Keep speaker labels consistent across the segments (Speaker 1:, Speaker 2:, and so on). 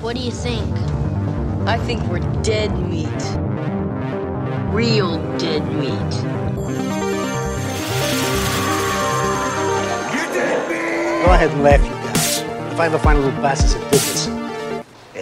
Speaker 1: What do you think?
Speaker 2: I think we're dead meat. Real dead meat.
Speaker 3: Go ahead and laugh, you guys. If I ever find a little bastard that did this,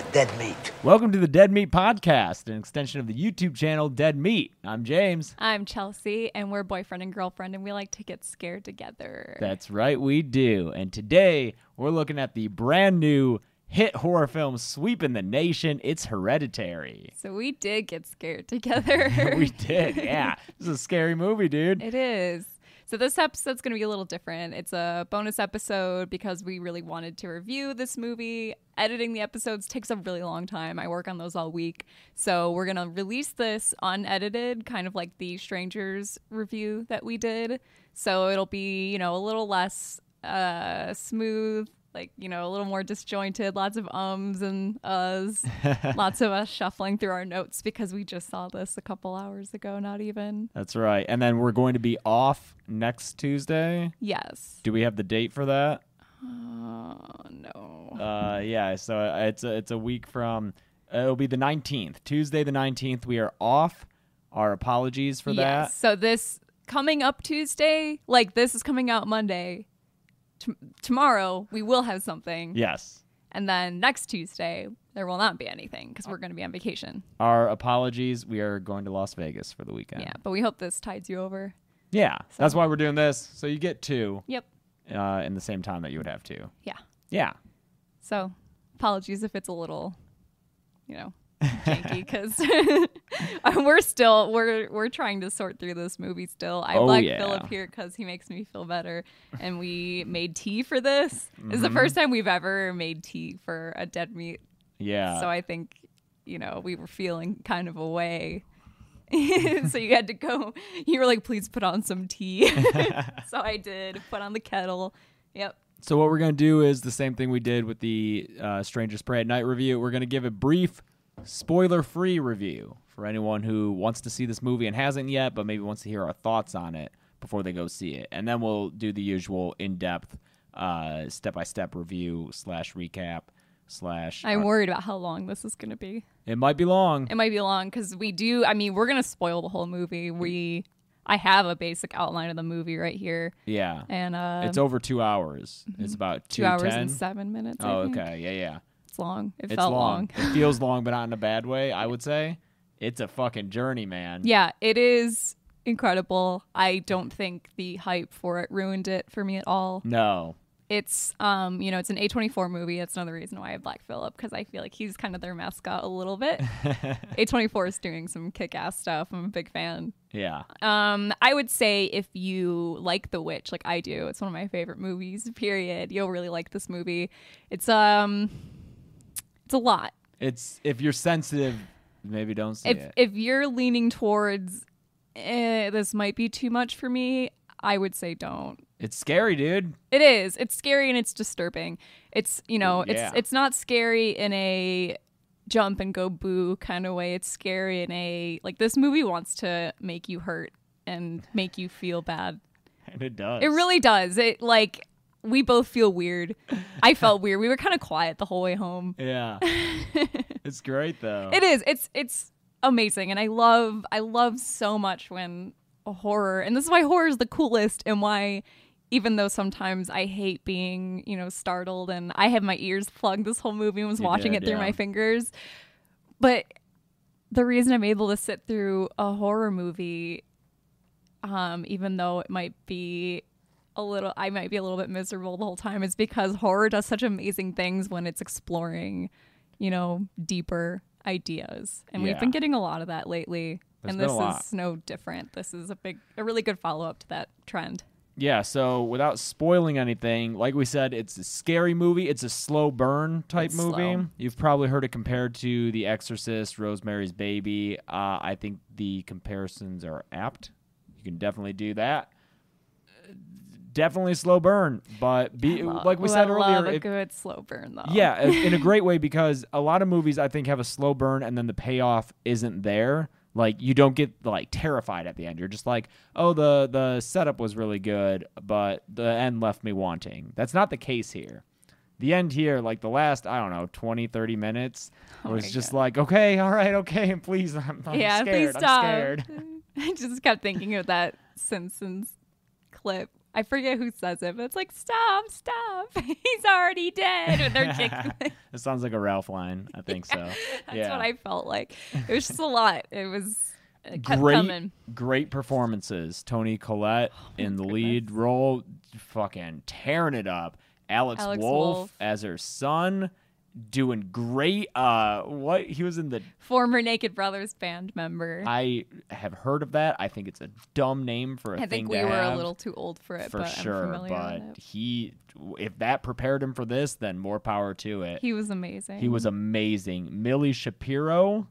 Speaker 3: they're dead meat.
Speaker 4: Welcome to the Dead Meat Podcast, an extension of the YouTube channel Dead Meat. I'm James.
Speaker 5: I'm Chelsea, and we're boyfriend and girlfriend, and we like to get scared together.
Speaker 4: That's right, we do. And today we're looking at the brand new hit horror film sweeping the nation. It's Hereditary.
Speaker 5: so we did get scared together.
Speaker 4: we did, yeah. This is a scary movie, dude.
Speaker 5: It is. So this episode's going to be a little different. It's a bonus episode because we really wanted to review this movie. Editing the episodes takes a really long time. I work on those all week. So we're going to release this unedited, kind of like the Strangers review that we did. So it'll be, you know, a little less uh smooth, like, you know, a little more disjointed, lots of ums and uhs, lots of us shuffling through our notes because we just saw this a couple hours ago, not even.
Speaker 4: That's right. And then we're going to be off next Tuesday.
Speaker 5: Yes.
Speaker 4: Do we have the date for that?
Speaker 5: Oh no.
Speaker 4: Uh, yeah, so uh, it's a, it's a week from. Uh, it'll be the 19th, Tuesday the 19th. We are off. Our apologies for that.
Speaker 5: Yes. So this coming up Tuesday, like this is coming out Monday. T- tomorrow we will have something,
Speaker 4: Yes.
Speaker 5: and then next Tuesday there will not be anything because we're going to be on vacation.
Speaker 4: Our apologies. We are going to Las Vegas for the weekend.
Speaker 5: Yeah. but we hope this tides you over.
Speaker 4: Yeah, that's why we're doing this. So you get two
Speaker 5: Yep.
Speaker 4: uh, in the same time that you would have two.
Speaker 5: Yeah.
Speaker 4: Yeah,
Speaker 5: So apologies if it's a little, you know, janky because we're still we're we're trying to sort through this movie still. I
Speaker 4: Oh,
Speaker 5: black
Speaker 4: yeah.
Speaker 5: Philip here because he makes me feel better, and we made tea for this. This
Speaker 4: Mm-hmm.
Speaker 5: is the first time we've ever made tea for a dead meat,
Speaker 4: yeah.
Speaker 5: so I think you know we were feeling kind of away. so you had to go. You were like, "Please put on some tea." so I did. Put on the kettle. Yep.
Speaker 4: so what we're gonna do is the same thing we did with the uh, Strangers Pray at Night review. We're gonna give a brief, spoiler-free review for anyone who wants to see this movie and hasn't yet, but maybe wants to hear our thoughts on it before they go see it. And then we'll do the usual in-depth, uh, step-by-step review slash recap slash.
Speaker 5: I'm worried about how long this is going to be.
Speaker 4: it might be long.
Speaker 5: It might be long because we do. I mean, we're gonna spoil the whole movie. We, I have a basic outline of the movie right here,
Speaker 4: yeah.
Speaker 5: and uh,
Speaker 4: it's over two hours. It's about
Speaker 5: mm-hmm. two hours
Speaker 4: 2:10.
Speaker 5: and seven minutes. I
Speaker 4: Oh,
Speaker 5: think.
Speaker 4: okay. Yeah, yeah.
Speaker 5: It's long. It
Speaker 4: It's
Speaker 5: felt
Speaker 4: long.
Speaker 5: long.
Speaker 4: it feels long, but not in a bad way, I would say. It's a fucking journey, man.
Speaker 5: Yeah, it is incredible. I don't think the hype for it ruined it for me at all.
Speaker 4: No.
Speaker 5: It's um, you know, it's an A24 movie. That's another reason why I have Black Phillip because I feel like he's kind of their mascot a little bit. A24 is doing some kick-ass stuff. I'm a big fan.
Speaker 4: Yeah.
Speaker 5: Um, I would say if you like The Witch, like I do, it's one of my favorite movies. Period. You'll really like this movie. It's um, it's a lot.
Speaker 4: It's if you're sensitive, maybe don't see
Speaker 5: If
Speaker 4: it.
Speaker 5: if you're leaning towards eh, this might be too much for me, I would say don't.
Speaker 4: It's scary, dude.
Speaker 5: It is. It's scary and it's disturbing. It's you know,
Speaker 4: Yeah.
Speaker 5: it's it's not scary in a jump and go boo kind of way. It's scary in a like this movie wants to make you hurt and make you feel bad
Speaker 4: And it does.
Speaker 5: It really does. It like we both feel weird. I felt weird. We were kind of quiet the whole way home.
Speaker 4: Yeah. it's great though.
Speaker 5: It is. It's it's amazing, and I love I love so much when a horror, and this is why horror is the coolest, and why even though sometimes I hate being you know startled, and I had my ears plugged this whole movie and was
Speaker 4: You
Speaker 5: watching
Speaker 4: did,
Speaker 5: it through
Speaker 4: yeah.
Speaker 5: my fingers, but the reason I'm able to sit through a horror movie, um, even though it might be a little I might be a little bit miserable the whole time is because horror does such amazing things when it's exploring, you know, deeper ideas. And
Speaker 4: Yeah.
Speaker 5: we've been getting a lot of that lately.
Speaker 4: There's
Speaker 5: and
Speaker 4: been
Speaker 5: this
Speaker 4: a lot.
Speaker 5: is no different. This is a big a really good follow up to that trend.
Speaker 4: Yeah, so without spoiling anything, like we said, it's a scary movie. It's a slow burn type
Speaker 5: It's
Speaker 4: movie.
Speaker 5: slow.
Speaker 4: You've probably heard it compared to The Exorcist, Rosemary's Baby. Uh, I think the comparisons are apt. You can definitely do that. Definitely slow burn, but be, like we
Speaker 5: Ooh,
Speaker 4: said
Speaker 5: I love
Speaker 4: earlier,
Speaker 5: a
Speaker 4: if-
Speaker 5: good slow burn though.
Speaker 4: yeah, i- in a great way because a lot of movies I think have a slow burn and then the payoff isn't there. Like you don't get like terrified at the end. You're just like, oh, the the setup was really good, but the end left me wanting. That's not the case here. the end here, like the last, I don't know, 20, 30 minutes,
Speaker 5: Oh
Speaker 4: was
Speaker 5: my
Speaker 4: just like, okay, all right, okay, and please, I'm, I'm
Speaker 5: yeah,
Speaker 4: scared.
Speaker 5: please
Speaker 4: I'm
Speaker 5: stop.
Speaker 4: scared.
Speaker 5: I just kept thinking of that Simpsons clip. I forget who says it, but it's like, stop, stop. He's already dead. And they're jiggling.
Speaker 4: it sounds like a Ralph line. I think so.
Speaker 5: That's
Speaker 4: yeah.
Speaker 5: what I felt like. It was just a lot. It was it kept
Speaker 4: great,
Speaker 5: coming. Oh
Speaker 4: great performances. Tony Collette in the lead role, fucking tearing it up. Alex,
Speaker 5: Alex
Speaker 4: Wolf,
Speaker 5: Wolff.
Speaker 4: as her son, doing great. Uh, what he was in the
Speaker 5: Former Naked Brothers band member. I,
Speaker 4: I have heard of that. I think it's a dumb name for a thing
Speaker 5: think
Speaker 4: to
Speaker 5: we were
Speaker 4: have,
Speaker 5: a little too old for it,
Speaker 4: for
Speaker 5: but I'm
Speaker 4: sure.
Speaker 5: familiar
Speaker 4: But
Speaker 5: with it.
Speaker 4: he, if that prepared him for this, then more power to it.
Speaker 5: He was amazing.
Speaker 4: He was amazing. Millie Shapiro,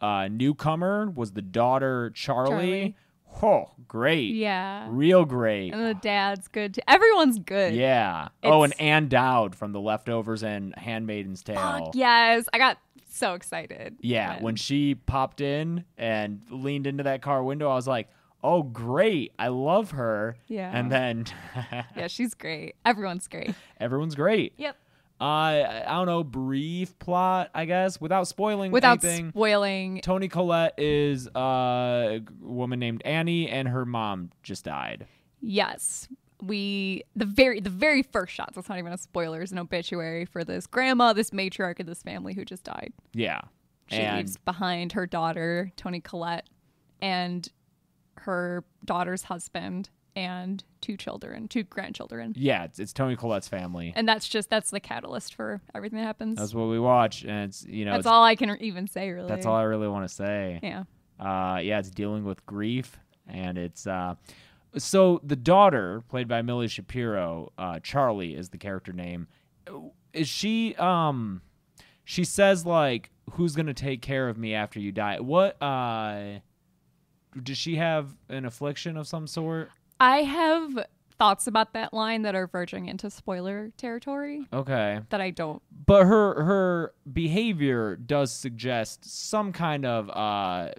Speaker 4: uh, newcomer, was the daughter Charlie. Oh, great.
Speaker 5: Yeah.
Speaker 4: Real great.
Speaker 5: And the dad's good. Too. Everyone's good.
Speaker 4: yeah. Oh, and
Speaker 5: It's-
Speaker 4: Ann Dowd from The Leftovers and Handmaiden's Tale.
Speaker 5: Fuck yes. I got so excited.
Speaker 4: Yeah, when she popped in and leaned into that car window, I was like, oh, great. I love her.
Speaker 5: Yeah.
Speaker 4: And then
Speaker 5: yeah, she's great. Everyone's great.
Speaker 4: everyone's great.
Speaker 5: Yep.
Speaker 4: Uh, I I don't know, brief plot, I guess, without spoiling
Speaker 5: Without
Speaker 4: anything.
Speaker 5: spoiling.
Speaker 4: Tony Collette is uh, a g- woman named Annie, and her mom just died.
Speaker 5: Yes. We the very the very first shots, it's not even a spoiler, is an obituary for this grandma, this matriarch of this family who just died.
Speaker 4: Yeah,
Speaker 5: She
Speaker 4: and
Speaker 5: leaves behind her daughter, Tony Collette, and her daughter's husband and two children, two grandchildren.
Speaker 4: yeah, it's, it's Tony Collette's family.
Speaker 5: And that's just that's the catalyst for everything that happens.
Speaker 4: That's what we watch, and it's you know
Speaker 5: That's
Speaker 4: it's-
Speaker 5: all I can even say really.
Speaker 4: That's all I really want to say.
Speaker 5: Yeah.
Speaker 4: Uh, yeah, it's dealing with grief, and it's uh, so the daughter played by Millie Shapiro, uh, Charlie is the character name. Is she? Um, she says like, "Who's gonna take care of me after you die?" What? Uh, does she have an affliction of some sort?
Speaker 5: I have thoughts about that line that are verging into spoiler territory
Speaker 4: Okay,
Speaker 5: that I don't
Speaker 4: but her her behavior does suggest some kind of uh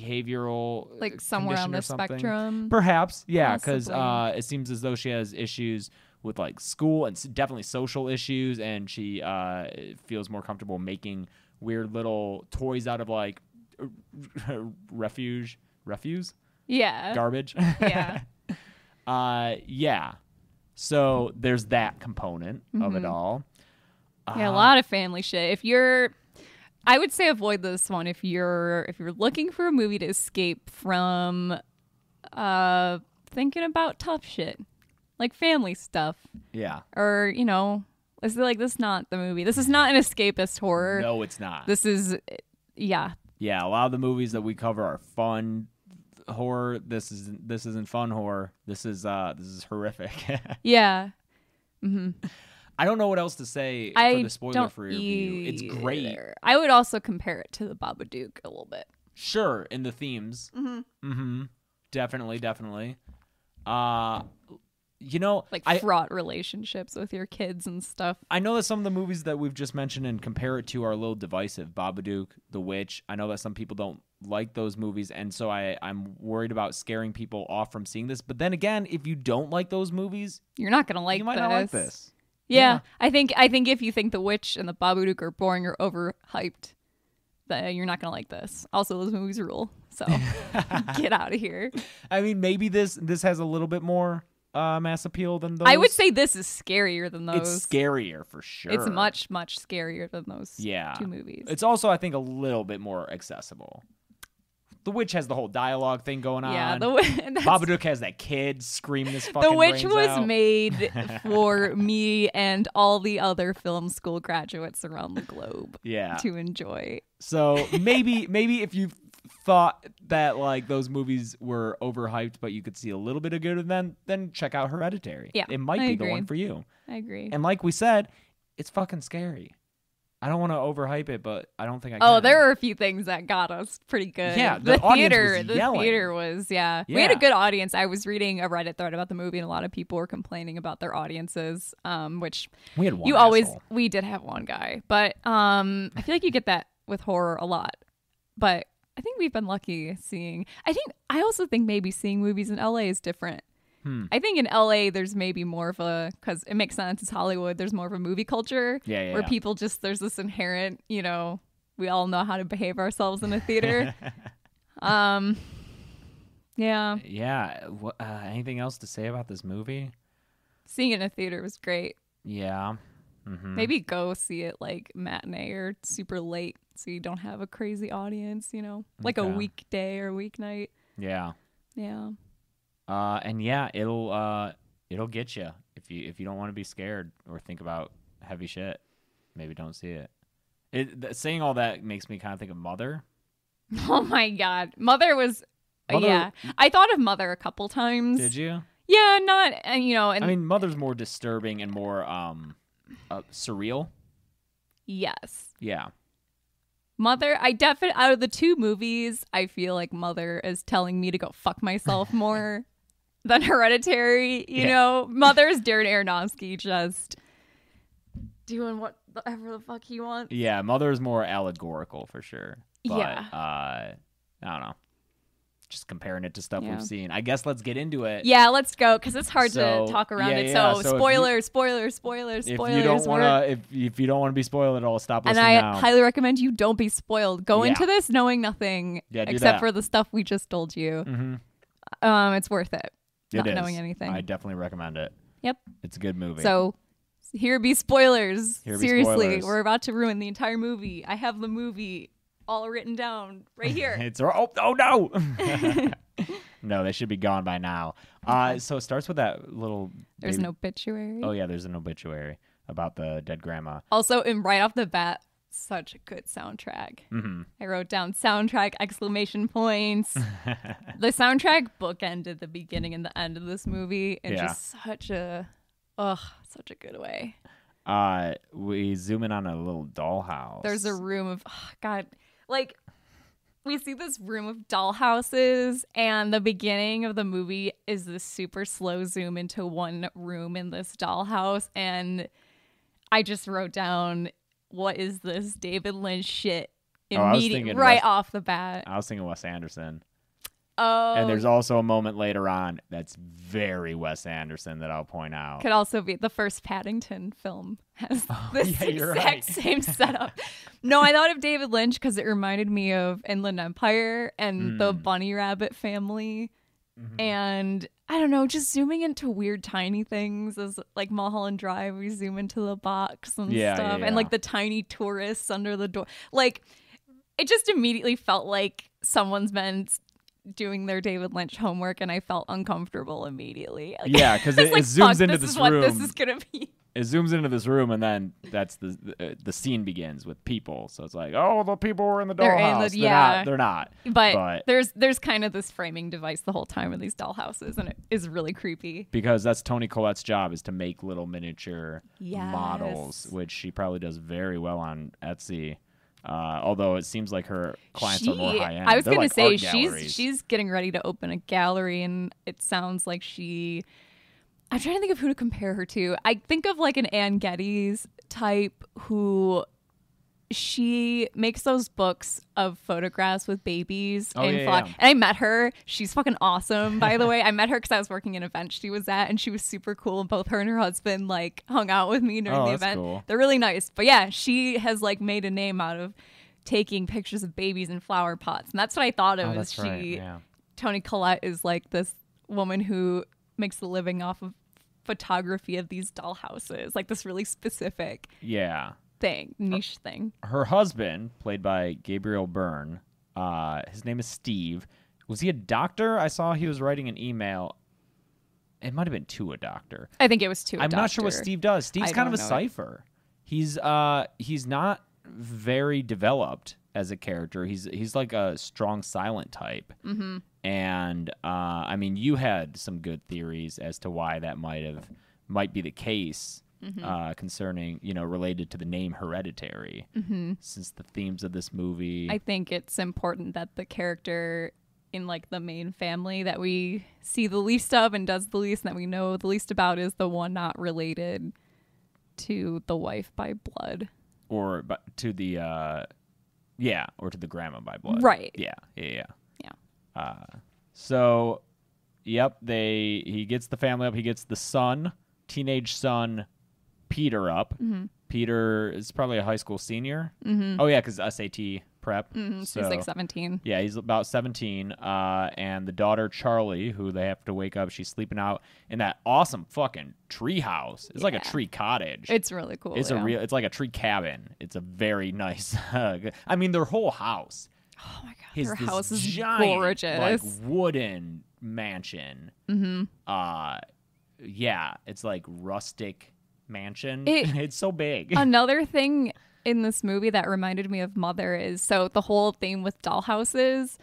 Speaker 4: behavioral
Speaker 5: Like somewhere on
Speaker 4: Uh, condition or
Speaker 5: the
Speaker 4: something.
Speaker 5: spectrum?
Speaker 4: perhaps yeah because uh,
Speaker 5: Possibly.
Speaker 4: it seems as though she has issues with like school and s- definitely social issues and she uh feels more comfortable making weird little toys out of like refuge refuse
Speaker 5: Yeah.
Speaker 4: garbage
Speaker 5: yeah.
Speaker 4: uh yeah so there's that component of
Speaker 5: Mm-hmm.
Speaker 4: it all
Speaker 5: Yeah, a
Speaker 4: Uh-huh.
Speaker 5: lot of family shit. If you're I would say avoid this one if you're if you're looking for a movie to escape from uh thinking about tough shit. Like family stuff
Speaker 4: yeah
Speaker 5: or, you know, is it like this is not the movie. This is not an escapist horror.
Speaker 4: no it's not
Speaker 5: This is yeah.
Speaker 4: yeah, a lot of the movies that we cover are fun horror. This is this isn't fun horror. This is uh this is horrific.
Speaker 5: Yeah.
Speaker 4: I don't know what else to say
Speaker 5: I
Speaker 4: for the spoiler
Speaker 5: don't
Speaker 4: free review. It's great.
Speaker 5: either. I would also compare it to the Babadook a little bit.
Speaker 4: Sure, in the themes. Mhm.
Speaker 5: Mm-hmm.
Speaker 4: Definitely, definitely. Uh you know,
Speaker 5: Like
Speaker 4: I
Speaker 5: fraught relationships with your kids and stuff.
Speaker 4: I know that some of the movies that we've just mentioned and compare it to are a little divisive. Babadook, The Witch. I know that some people don't like those movies, and so I, I'm worried about scaring people off from seeing this. But then again, if you don't like those movies,
Speaker 5: You're not gonna like
Speaker 4: you might
Speaker 5: this.
Speaker 4: not like this.
Speaker 5: Yeah,
Speaker 4: Yeah.
Speaker 5: I think I think if you think the witch and the Babadook are boring or overhyped, then you're not gonna like this. Also, those movies rule. So get out of here.
Speaker 4: I mean, maybe this this has a little bit more uh, mass appeal than those.
Speaker 5: I would say this is scarier than those.
Speaker 4: it's scarier for sure.
Speaker 5: It's much much scarier than those.
Speaker 4: yeah
Speaker 5: two movies.
Speaker 4: It's also, I think, a little bit more accessible. The witch has the whole dialogue thing going on.
Speaker 5: yeah. The wi- that's-
Speaker 4: Babadook has that kid scream this fucking.
Speaker 5: the witch
Speaker 4: brains
Speaker 5: was
Speaker 4: out.
Speaker 5: made for me and all the other film school graduates around the globe.
Speaker 4: Yeah.
Speaker 5: to enjoy.
Speaker 4: So maybe maybe if you thought that like those movies were overhyped, but you could see a little bit of good in them, then check out Hereditary.
Speaker 5: Yeah,
Speaker 4: it might
Speaker 5: I
Speaker 4: be the
Speaker 5: agree.
Speaker 4: one for you.
Speaker 5: I agree.
Speaker 4: And like we said, it's fucking scary. I don't want to overhype it, but I don't think I.
Speaker 5: Oh,
Speaker 4: can.
Speaker 5: there were a few things that got us pretty good.
Speaker 4: Yeah, the audience
Speaker 5: theater,
Speaker 4: was
Speaker 5: the
Speaker 4: yelling.
Speaker 5: theater was yeah. We had
Speaker 4: Yeah.
Speaker 5: a good audience. I was reading a Reddit thread about the movie, and a lot of people were complaining about their audiences. Um, which
Speaker 4: We had one.
Speaker 5: you always
Speaker 4: asshole.
Speaker 5: we did have one guy, but um, I feel like you get that with horror a lot. But I think we've been lucky seeing. I think I also think maybe seeing movies in LA is different
Speaker 4: Hmm.
Speaker 5: I think in LA, there's maybe more of a, because it makes sense, it's Hollywood, there's more of a movie culture
Speaker 4: Yeah, yeah,
Speaker 5: where
Speaker 4: yeah.
Speaker 5: people just, there's this inherent, you know, we all know how to behave ourselves in a theater. um, yeah.
Speaker 4: Yeah. wha- uh, anything else to say about this movie?
Speaker 5: Seeing it in a theater was great.
Speaker 4: Yeah. mm-hmm.
Speaker 5: Maybe go see it like matinee or super late so you don't have a crazy audience, you know, like
Speaker 4: Okay.
Speaker 5: a weekday or weeknight.
Speaker 4: Yeah.
Speaker 5: Yeah.
Speaker 4: Uh, and yeah, it'll uh, it'll get you if you if you don't want to be scared or think about heavy shit. Maybe don't see it. It th- saying all that makes me kind of think of Mother.
Speaker 5: Oh my God. Mother was, uh,
Speaker 4: Mother-
Speaker 5: yeah. I thought of Mother a couple times.
Speaker 4: Did you?
Speaker 5: Yeah, not, and you know, and
Speaker 4: I mean, Mother's more disturbing and more um, uh, surreal.
Speaker 5: yes.
Speaker 4: Yeah.
Speaker 5: Mother, I definitely, out of the two movies, I feel like Mother is telling me to go fuck myself more than Hereditary. You
Speaker 4: Yeah.
Speaker 5: know, Mother's Darren Aronofsky just doing whatever the fuck he wants.
Speaker 4: Yeah, Mother's more allegorical for sure. But,
Speaker 5: Yeah.
Speaker 4: Uh, I don't know. Just comparing it to stuff
Speaker 5: Yeah.
Speaker 4: we've seen. I guess let's get into it.
Speaker 5: Yeah, let's go because it's hard
Speaker 4: So,
Speaker 5: to talk around
Speaker 4: yeah,
Speaker 5: it.
Speaker 4: yeah,
Speaker 5: So,
Speaker 4: so if you-
Speaker 5: spoiler, spoiler, spoiler,
Speaker 4: If
Speaker 5: spoilers.
Speaker 4: you don't
Speaker 5: we're-
Speaker 4: want to, if, if you don't want to be spoiled at all, stop
Speaker 5: and
Speaker 4: listening
Speaker 5: I
Speaker 4: now.
Speaker 5: highly recommend you don't be spoiled. Go
Speaker 4: Yeah.
Speaker 5: into this knowing nothing
Speaker 4: Yeah, do
Speaker 5: except
Speaker 4: that.
Speaker 5: for the stuff we just told you.
Speaker 4: Mhm.
Speaker 5: Um, it's worth it.
Speaker 4: It
Speaker 5: not
Speaker 4: is.
Speaker 5: knowing anything.
Speaker 4: I definitely recommend it.
Speaker 5: Yep.
Speaker 4: It's a good movie.
Speaker 5: So here be spoilers.
Speaker 4: Here be
Speaker 5: Seriously,
Speaker 4: spoilers.
Speaker 5: we're about to ruin the entire movie. I have the movie all written down right here.
Speaker 4: it's oh oh no. no, they should be gone by now. Uh, so it starts with that little.
Speaker 5: There's an
Speaker 4: baby-
Speaker 5: obituary.
Speaker 4: Oh yeah, there's an obituary about the dead grandma.
Speaker 5: Also, and right off the bat, such a good soundtrack. I wrote down soundtrack exclamation points. the soundtrack bookended the beginning and the end of this movie in
Speaker 4: Yeah.
Speaker 5: just such a, ugh, such a good way.
Speaker 4: Uh, we zoom in on a little dollhouse.
Speaker 5: There's a room of oh, God, like we see this room of dollhouses, and the beginning of the movie is this super slow zoom into one room in this dollhouse, and I just wrote down what is this David Lynch shit
Speaker 4: Oh, I was
Speaker 5: immediately
Speaker 4: thinking
Speaker 5: right
Speaker 4: Wes-
Speaker 5: off the bat.
Speaker 4: I was thinking Wes Anderson.
Speaker 5: Oh,
Speaker 4: And there's also a moment later on that's very Wes Anderson that I'll point out.
Speaker 5: could also be the first Paddington film has this
Speaker 4: Oh, yeah, you're
Speaker 5: exact
Speaker 4: right.
Speaker 5: same setup. No, I thought of David Lynch because it reminded me of Inland Empire and the
Speaker 4: Hmm.
Speaker 5: Bunny Rabbit family,
Speaker 4: Mm-hmm.
Speaker 5: and I don't know, just zooming into weird tiny things as like Mulholland Drive, we zoom into the box and
Speaker 4: Yeah, yeah,
Speaker 5: stuff,
Speaker 4: yeah.
Speaker 5: and like the tiny tourists under the door, like it just immediately felt like someone's been s- doing their David Lynch homework, and I felt uncomfortable immediately. Like,
Speaker 4: Yeah, 'cause
Speaker 5: I
Speaker 4: it-
Speaker 5: was like,
Speaker 4: it zooms
Speaker 5: "Fuck,
Speaker 4: into
Speaker 5: this,
Speaker 4: this
Speaker 5: is what this
Speaker 4: room."
Speaker 5: is gonna be.
Speaker 4: it zooms into this room, and then that's the the, uh, the scene begins with people. So it's like, oh, the people were in the
Speaker 5: They're in the-
Speaker 4: dollhouse. They're
Speaker 5: yeah.
Speaker 4: not. They're not.
Speaker 5: But, there's there's kind of this framing device the whole time of these dollhouses, and it is really creepy.
Speaker 4: because that's Tony Collette's job is to make little miniature models,
Speaker 5: Yes.
Speaker 4: which she probably does very well on Etsy. Uh, although it seems like her clients
Speaker 5: she,
Speaker 4: are more high end.
Speaker 5: I was
Speaker 4: They're
Speaker 5: gonna
Speaker 4: like
Speaker 5: say
Speaker 4: art
Speaker 5: she's
Speaker 4: galleries.
Speaker 5: she's getting ready to open a gallery, and it sounds like she. I'm trying to think of who to compare her to. I think of like an Anne Geddes type who she makes those books of photographs with babies
Speaker 4: Oh,
Speaker 5: in
Speaker 4: yeah,
Speaker 5: Florida.
Speaker 4: yeah.
Speaker 5: And I met her. She's fucking awesome, by the way. I met her because I was working an event she was at, and she was super cool. And both her and her husband like hung out with me during
Speaker 4: Oh,
Speaker 5: the
Speaker 4: that's
Speaker 5: event.
Speaker 4: cool.
Speaker 5: They're really nice. But yeah, she has like made a name out of taking pictures of babies in flower pots, and that's what I thought of.
Speaker 4: Oh,
Speaker 5: is
Speaker 4: that's
Speaker 5: she
Speaker 4: right, yeah.
Speaker 5: Tony Collette is like this woman who makes a living off of photography of these dollhouses, like this really specific
Speaker 4: yeah.
Speaker 5: thing,
Speaker 4: Oh.
Speaker 5: niche thing.
Speaker 4: her husband, played by Gabriel Byrne, uh, his name is Steve. Was he a doctor? I saw he was writing an email. It might have been to a doctor.
Speaker 5: I think it was two.
Speaker 4: I'm not sure what Steve does. Steve's
Speaker 5: I
Speaker 4: kind of a
Speaker 5: don't know it.
Speaker 4: cipher. He's uh he's not very developed as a character. He's he's like a strong silent type. Mm-hmm. And uh, I mean, you had some good theories as to why that might have might be the case
Speaker 5: Mm-hmm.
Speaker 4: uh, concerning you know related to the name hereditary, mm-hmm. since the themes of this movie.
Speaker 5: I think it's important that the character in like the main family that we see the least of and does the least and that we know the least about is the one not related to the wife by blood.
Speaker 4: or but to the uh yeah or to the grandma by blood
Speaker 5: Right.
Speaker 4: yeah yeah yeah
Speaker 5: Yeah.
Speaker 4: uh so Yep, they he gets the family up. He gets the son, teenage son, Peter up. Peter is probably a high school senior. Mm-hmm. Oh yeah, because SAT prep. Mm-hmm,
Speaker 5: She's like 17.
Speaker 4: yeah, he's about 17. Uh, and the daughter, Charlie, who they have to wake up, she's sleeping out in that awesome fucking tree house. It's like a
Speaker 5: Yeah.
Speaker 4: tree cottage.
Speaker 5: It's really cool.
Speaker 4: it's
Speaker 5: yeah.
Speaker 4: a real, it's like a tree cabin. It's a very nice, uh, I mean, their whole house
Speaker 5: Oh my god,
Speaker 4: is
Speaker 5: her
Speaker 4: this
Speaker 5: house is
Speaker 4: giant,
Speaker 5: gorgeous. Mm-hmm.
Speaker 4: like wooden mansion. Uh, yeah, it's like rustic mansion.
Speaker 5: It-
Speaker 4: it's so big.
Speaker 5: Another thing in this movie that reminded me of Mother is so the whole thing with dollhouses.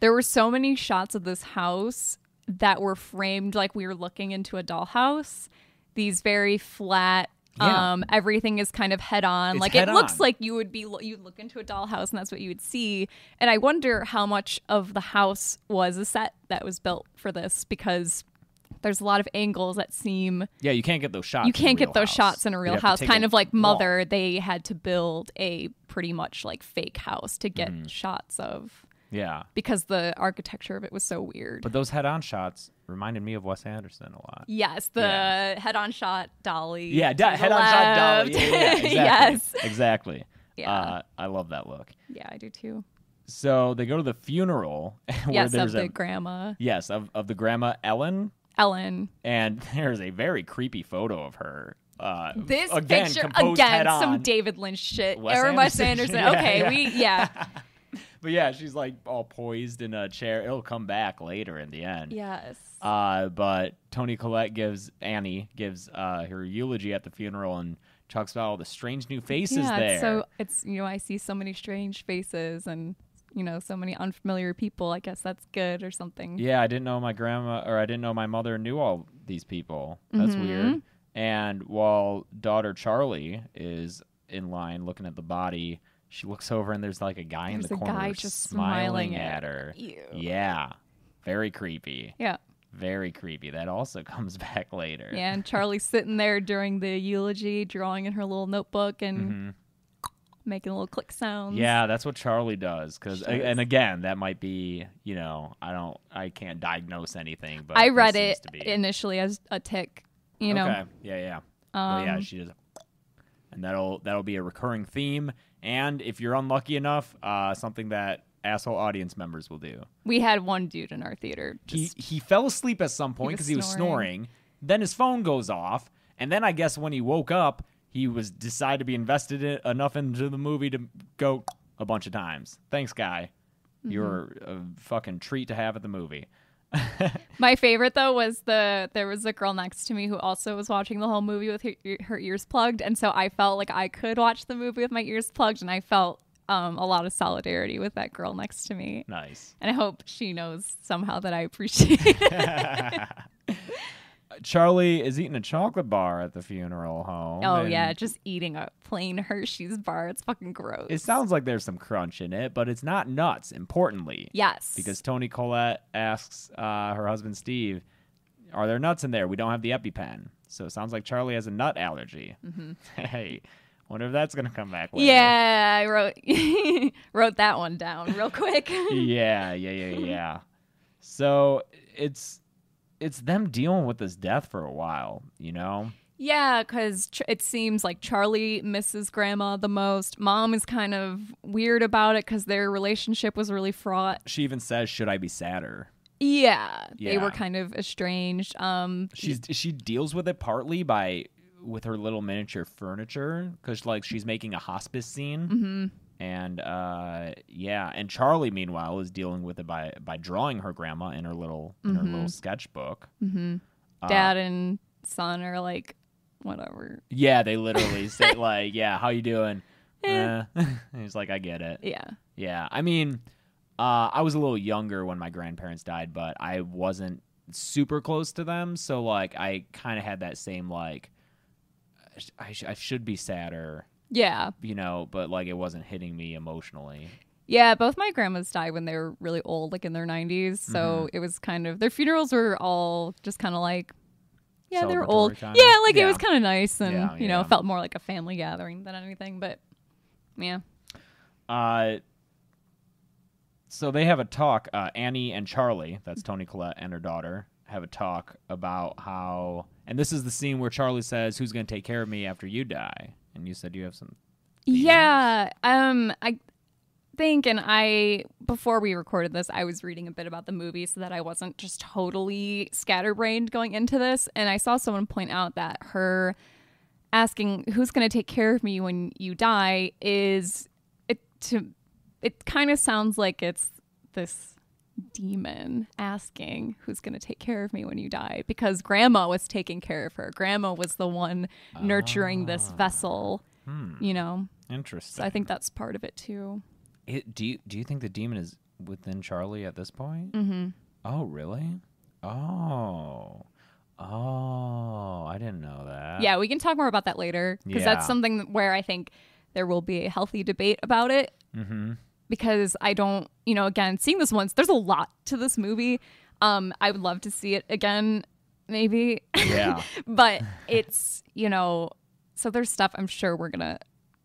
Speaker 5: There were so many shots of this house that were framed like we were looking into a dollhouse. These very flat.
Speaker 4: Yeah.
Speaker 5: Um, everything is kind of head on.
Speaker 4: It's
Speaker 5: like
Speaker 4: head
Speaker 5: it looks
Speaker 4: on.
Speaker 5: like you would be you look into a dollhouse and that's what you would see. And I wonder how much of the house was a set that was built for this because there's a lot of angles that seem
Speaker 4: yeah, you can't get those shots.
Speaker 5: you
Speaker 4: in
Speaker 5: can't
Speaker 4: Real
Speaker 5: get those
Speaker 4: House.
Speaker 5: shots in a
Speaker 4: You'd
Speaker 5: real
Speaker 4: have to
Speaker 5: house
Speaker 4: take
Speaker 5: kind
Speaker 4: a
Speaker 5: of like
Speaker 4: walk.
Speaker 5: mother they had to build a pretty much like fake house to get
Speaker 4: Mm.
Speaker 5: shots of
Speaker 4: Yeah,
Speaker 5: because the architecture of it was so weird
Speaker 4: but those head-on shots reminded me of Wes Anderson a lot.
Speaker 5: yes the
Speaker 4: Yeah.
Speaker 5: head-on shot dolly
Speaker 4: Yeah,
Speaker 5: to
Speaker 4: da-
Speaker 5: the
Speaker 4: head on shot dollar.
Speaker 5: left.
Speaker 4: Yeah, yeah, yeah,
Speaker 5: yes
Speaker 4: exactly. Exactly.
Speaker 5: Yeah.
Speaker 4: Uh, I love that look.
Speaker 5: yeah i do too
Speaker 4: So they go to the funeral where
Speaker 5: yes of
Speaker 4: there's
Speaker 5: the
Speaker 4: a
Speaker 5: grandma
Speaker 4: yes of, of the grandma Ellen,
Speaker 5: ellen
Speaker 4: and there's a very creepy photo of her. Uh,
Speaker 5: this
Speaker 4: again,
Speaker 5: picture
Speaker 4: composed
Speaker 5: again
Speaker 4: head on.
Speaker 5: some david lynch shit
Speaker 4: Wes
Speaker 5: or wes
Speaker 4: Anderson.
Speaker 5: anderson
Speaker 4: Yeah,
Speaker 5: okay
Speaker 4: yeah.
Speaker 5: we yeah
Speaker 4: But yeah, she's like all poised in a chair. It'll come back later in the end.
Speaker 5: yes
Speaker 4: Uh, but Tony Collette gives Annie gives uh, her eulogy at the funeral and talks about all the strange new faces
Speaker 5: yeah,
Speaker 4: there.
Speaker 5: It's so it's you know I see so many strange faces and you know so many unfamiliar people. I guess that's good or something.
Speaker 4: yeah, I didn't know my grandma or I didn't know my mother knew all these people. That's
Speaker 5: Mm-hmm.
Speaker 4: weird. And while daughter Charlie is in line looking at the body, she looks over and there's like a guy in
Speaker 5: There's
Speaker 4: the
Speaker 5: a
Speaker 4: corner
Speaker 5: guy just
Speaker 4: smiling
Speaker 5: smiling
Speaker 4: at
Speaker 5: at-
Speaker 4: her.
Speaker 5: Ew.
Speaker 4: Yeah. Very creepy.
Speaker 5: Yeah.
Speaker 4: Very creepy. That also comes back later.
Speaker 5: Yeah, and Charlie's sitting there during the eulogy, drawing in her little notebook and making little click sounds.
Speaker 4: Mm-hmm. Yeah, that's what Charlie does. Cause,
Speaker 5: She
Speaker 4: and
Speaker 5: does.
Speaker 4: again, that might be, you know, I don't, I can't diagnose anything. But
Speaker 5: I
Speaker 4: there
Speaker 5: read
Speaker 4: seems
Speaker 5: it
Speaker 4: to be.
Speaker 5: initially as a tick, you know. Um,
Speaker 4: Okay. Yeah, yeah. But yeah, she does. And that'll that'll be a recurring theme. And if you're unlucky enough, uh, something that asshole audience members will do.
Speaker 5: We had one dude in our theater just
Speaker 4: he he fell asleep at some point
Speaker 5: was
Speaker 4: because he, was
Speaker 5: snoring.
Speaker 4: snoring. Then his phone goes off, and then I guess when he woke up, he was decided to be invested in, enough into the movie to go a bunch of times. Thanks, guy.
Speaker 5: Mm-hmm.
Speaker 4: You're a fucking treat to have at the movie.
Speaker 5: My favorite though was the there was a girl next to me who also was watching the whole movie with her, her ears plugged, and so I felt like I could watch the movie with my ears plugged, and I felt um, a lot of solidarity with that girl next to me.
Speaker 4: Nice.
Speaker 5: And I hope she knows somehow that I appreciate it. Uh,
Speaker 4: Charlie is eating a chocolate bar at the funeral home.
Speaker 5: oh
Speaker 4: and
Speaker 5: yeah, just eating a plain Hershey's bar. It's fucking gross.
Speaker 4: It sounds like there's some crunch in it, but it's not nuts, importantly.
Speaker 5: yes,
Speaker 4: Because Tony Collette asks uh, her husband Steve, Are there nuts in there? We don't have the EpiPen. So it sounds like Charlie has a nut allergy. Hey, wonder if that's going to come back later.
Speaker 5: Mm-hmm. yeah, I wrote wrote that one down real quick.
Speaker 4: yeah, yeah, yeah, yeah. so it's it's them dealing with this death for a while, you know?
Speaker 5: Yeah, because ch- it seems like Charlie misses grandma the most. Mom is kind of weird about it because their relationship was really fraught.
Speaker 4: She even says, Should I be sadder?
Speaker 5: Yeah, they
Speaker 4: Yeah.
Speaker 5: were kind of estranged. Um,
Speaker 4: She's she deals with it partly by with her little miniature furniture because like she's making a hospice scene,
Speaker 5: mm-hmm,
Speaker 4: and uh, yeah, and Charlie meanwhile is dealing with it by by drawing her grandma in her little in her little sketchbook.
Speaker 5: mm-hmm.
Speaker 4: Uh,
Speaker 5: dad and son are like, whatever.
Speaker 4: Yeah, they literally say like, "Yeah, how you doing?" Eh. He's like, "I get it."
Speaker 5: Yeah,
Speaker 4: Yeah, I mean, uh, I was a little younger when my grandparents died, but I wasn't super close to them, so like I kind of had that same like, I sh- I, sh- I should be sadder,
Speaker 5: yeah,
Speaker 4: you know, but like it wasn't hitting me emotionally.
Speaker 5: yeah. Both my grandmas died when they were really old, like in their nineties. So
Speaker 4: Mm-hmm.
Speaker 5: it was kind of their funerals were all just kind of like. Yeah, they're old.
Speaker 4: Celebratory kinda.
Speaker 5: Yeah, like
Speaker 4: Yeah.
Speaker 5: it was kind of nice, and
Speaker 4: Yeah,
Speaker 5: you know,
Speaker 4: yeah.
Speaker 5: it felt more like a family gathering than anything. But yeah,
Speaker 4: Uh, so they have a talk. Uh, Annie and Charlie, that's Tony Collette and her daughter, have a talk about how, and this is the scene where Charlie says, "Who's going to take care of me after you die?" And you said you have some.
Speaker 5: Yeah. Um I think and I before we recorded this, I was reading a bit about the movie so that I wasn't just totally scatterbrained going into this and I saw someone point out that her asking who's going to take care of me when you die is it to it kind of sounds like it's this demon asking who's going to take care of me when you die because grandma was taking care of her grandma was the one nurturing this vessel you know
Speaker 4: Interesting.
Speaker 5: so i think that's part of it too
Speaker 4: It, do you do you think the demon is within Charlie at this point? Mm-hmm. Oh, really? Oh, oh, I didn't know that.
Speaker 5: yeah we can talk more about that later because
Speaker 4: Yeah.
Speaker 5: that's something that- where i think there will be a healthy debate about it
Speaker 4: Mm-hmm.
Speaker 5: because I don't, you know, again, seeing this once, there's a lot to this movie. Um, I would love to see it again, maybe.
Speaker 4: Yeah.
Speaker 5: but it's, you know, so there's stuff I'm sure we're gonna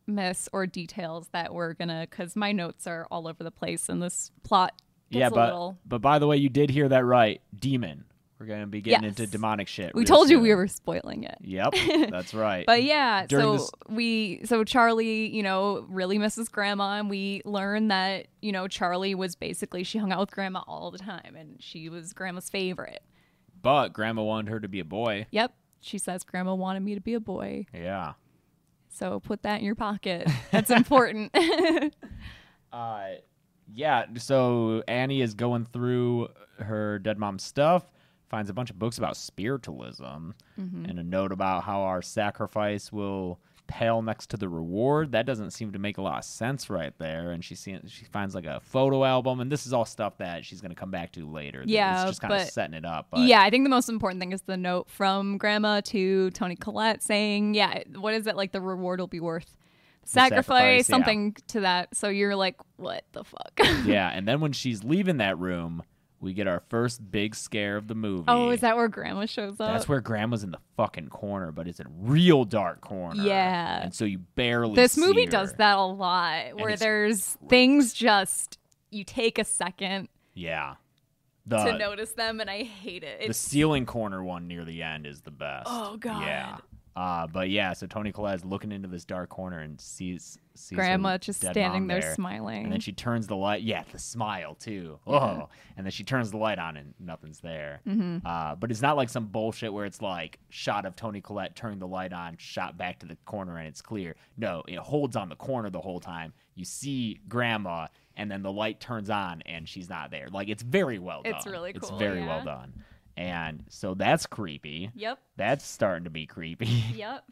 Speaker 5: miss or details that we're gonna because my notes are all over the place and this plot gets
Speaker 4: yeah,
Speaker 5: a
Speaker 4: but
Speaker 5: little
Speaker 4: but by the way, you did hear that right. Demon. We're gonna be getting into
Speaker 5: Yes.
Speaker 4: demonic shit.
Speaker 5: we
Speaker 4: real
Speaker 5: told you we
Speaker 4: soon.
Speaker 5: were spoiling it.
Speaker 4: Yep, that's right.
Speaker 5: But yeah,
Speaker 4: During
Speaker 5: so
Speaker 4: this-
Speaker 5: we so Charlie, you know, really misses grandma and we learn that, you know, Charlie was basically she hung out with grandma all the time and she was grandma's favorite.
Speaker 4: but Grandma wanted her to be a boy.
Speaker 5: Yep. She says grandma wanted me to be a boy.
Speaker 4: Yeah.
Speaker 5: So put that in your pocket. That's important.
Speaker 4: Uh, yeah. So Annie is going through her dead mom's stuff, finds a bunch of books about spiritualism,
Speaker 5: Mm-hmm.
Speaker 4: and a note about how our sacrifice will pale next to the reward. That doesn't seem to make a lot of sense right there. And she see, she finds like a photo album, and this is all stuff that she's gonna come back to later.
Speaker 5: Yeah,
Speaker 4: it's just kind of
Speaker 5: but-
Speaker 4: setting it up. But
Speaker 5: yeah, I think the most important thing is the note from grandma to Tony Collette saying, yeah, what is it like the reward will be worth? Sacrifice,
Speaker 4: sacrifice, yeah.
Speaker 5: something to that. So you're like, what the fuck?
Speaker 4: yeah, and then when she's leaving that room, we get our first big scare of the movie.
Speaker 5: oh, is that where grandma shows up?
Speaker 4: That's where Grandma's in the fucking corner, but it's a real dark corner.
Speaker 5: Yeah.
Speaker 4: and so you barely.
Speaker 5: this
Speaker 4: see
Speaker 5: movie
Speaker 4: her.
Speaker 5: does that a lot where
Speaker 4: it's
Speaker 5: there's things just you take a second
Speaker 4: Yeah, the
Speaker 5: to notice them and I hate it.
Speaker 4: the
Speaker 5: It's
Speaker 4: ceiling corner one near the end is the best.
Speaker 5: Oh, God.
Speaker 4: Yeah. Uh, but yeah, so Tony Collette's looking into this dark corner and sees, sees her
Speaker 5: grandma just
Speaker 4: dead
Speaker 5: standing
Speaker 4: mom
Speaker 5: there,
Speaker 4: there
Speaker 5: smiling.
Speaker 4: And then she turns the light. Yeah, the smile too. Oh, and then she turns the light on, and nothing's there.
Speaker 5: Mm-hmm.
Speaker 4: Uh, but it's not like some bullshit where it's like shot of Tony Collette turning the light on, shot back to the corner, and it's clear. No, it holds on the corner the whole time. You see Grandma, and then the light turns on, and she's not there. Like it's very well done.
Speaker 5: It's really
Speaker 4: It's
Speaker 5: cool,
Speaker 4: very well
Speaker 5: yeah.
Speaker 4: done. And so that's creepy.
Speaker 5: Yep.
Speaker 4: That's starting to be creepy.
Speaker 5: Yep.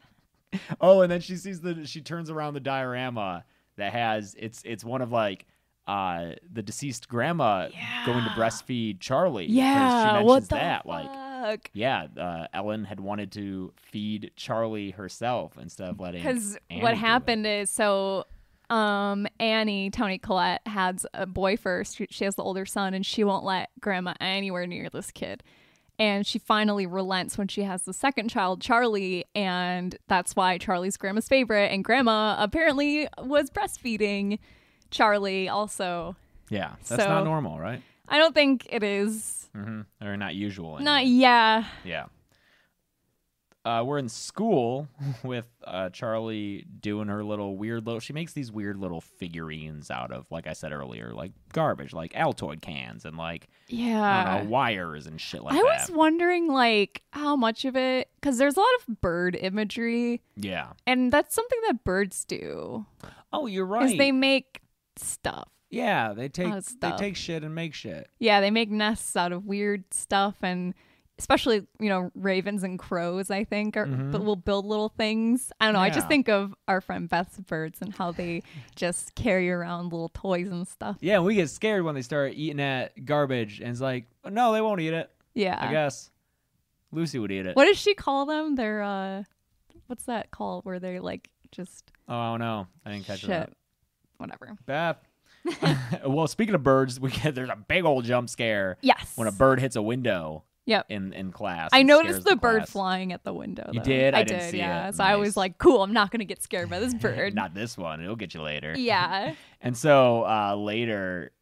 Speaker 4: Oh, and then she sees the she turns around the diorama that has it's it's one of like uh the deceased grandma going to breastfeed Charlie. 'cause she
Speaker 5: Yeah.
Speaker 4: mentions
Speaker 5: What the
Speaker 4: that
Speaker 5: fuck?
Speaker 4: like yeah, uh, Ellen had wanted to feed Charlie herself instead of letting
Speaker 5: because
Speaker 4: Annie do
Speaker 5: what
Speaker 4: it.
Speaker 5: happened is so um annie tony collette has a boy first she has the older son and she won't let grandma anywhere near this kid and she finally relents when she has the second child charlie and that's why charlie's grandma's favorite and grandma apparently was breastfeeding charlie also
Speaker 4: Yeah, that's
Speaker 5: So-
Speaker 4: not normal, right?
Speaker 5: i don't think it is
Speaker 4: hmm Or not usual.
Speaker 5: not
Speaker 4: anyway.
Speaker 5: yeah
Speaker 4: Yeah. Uh, we're in school with uh, Charlie doing her little weird little. She makes these weird little figurines out of, like I said earlier, like garbage, like Altoid cans and like I
Speaker 5: yeah
Speaker 4: don't know, wires and shit like
Speaker 5: Uh, I was
Speaker 4: that.
Speaker 5: wondering like how much of it because there's a lot of bird imagery
Speaker 4: Yeah.
Speaker 5: and that's something that birds do
Speaker 4: Oh, you're
Speaker 5: is
Speaker 4: right.
Speaker 5: they Oh, make stuff.
Speaker 4: yeah, they take
Speaker 5: of
Speaker 4: they
Speaker 5: stuff.
Speaker 4: take shit and make shit.
Speaker 5: Yeah, they make nests out of weird stuff and especially you know ravens and crows i think are but will build little things i don't know i
Speaker 4: Mm-hmm. Yeah.
Speaker 5: just think of our friend beth's birds and how they just carry around little toys and stuff
Speaker 4: Yeah, and we get scared when they start eating that garbage, and it's like, no, they won't eat it. I
Speaker 5: yeah
Speaker 4: guess Lucy would eat it.
Speaker 5: Uh. what does she call them they're uh what's that called where they like just
Speaker 4: Oh, I don't know. I didn't catch
Speaker 5: shit
Speaker 4: that.
Speaker 5: whatever
Speaker 4: Beth. well, speaking of birds, we get there's a big old jump scare
Speaker 5: yes
Speaker 4: when a bird hits a window
Speaker 5: yep
Speaker 4: in in class.
Speaker 5: I
Speaker 4: and
Speaker 5: noticed
Speaker 4: scares
Speaker 5: the, bird
Speaker 4: class.
Speaker 5: flying at the window.
Speaker 4: You
Speaker 5: though.
Speaker 4: did?
Speaker 5: I,
Speaker 4: I
Speaker 5: did.
Speaker 4: didn't see
Speaker 5: yeah.
Speaker 4: it.
Speaker 5: So I
Speaker 4: Nice.
Speaker 5: was like, "Cool, I'm not gonna get scared by this bird."
Speaker 4: Not this one. It'll get you later.
Speaker 5: yeah.
Speaker 4: And so uh, later,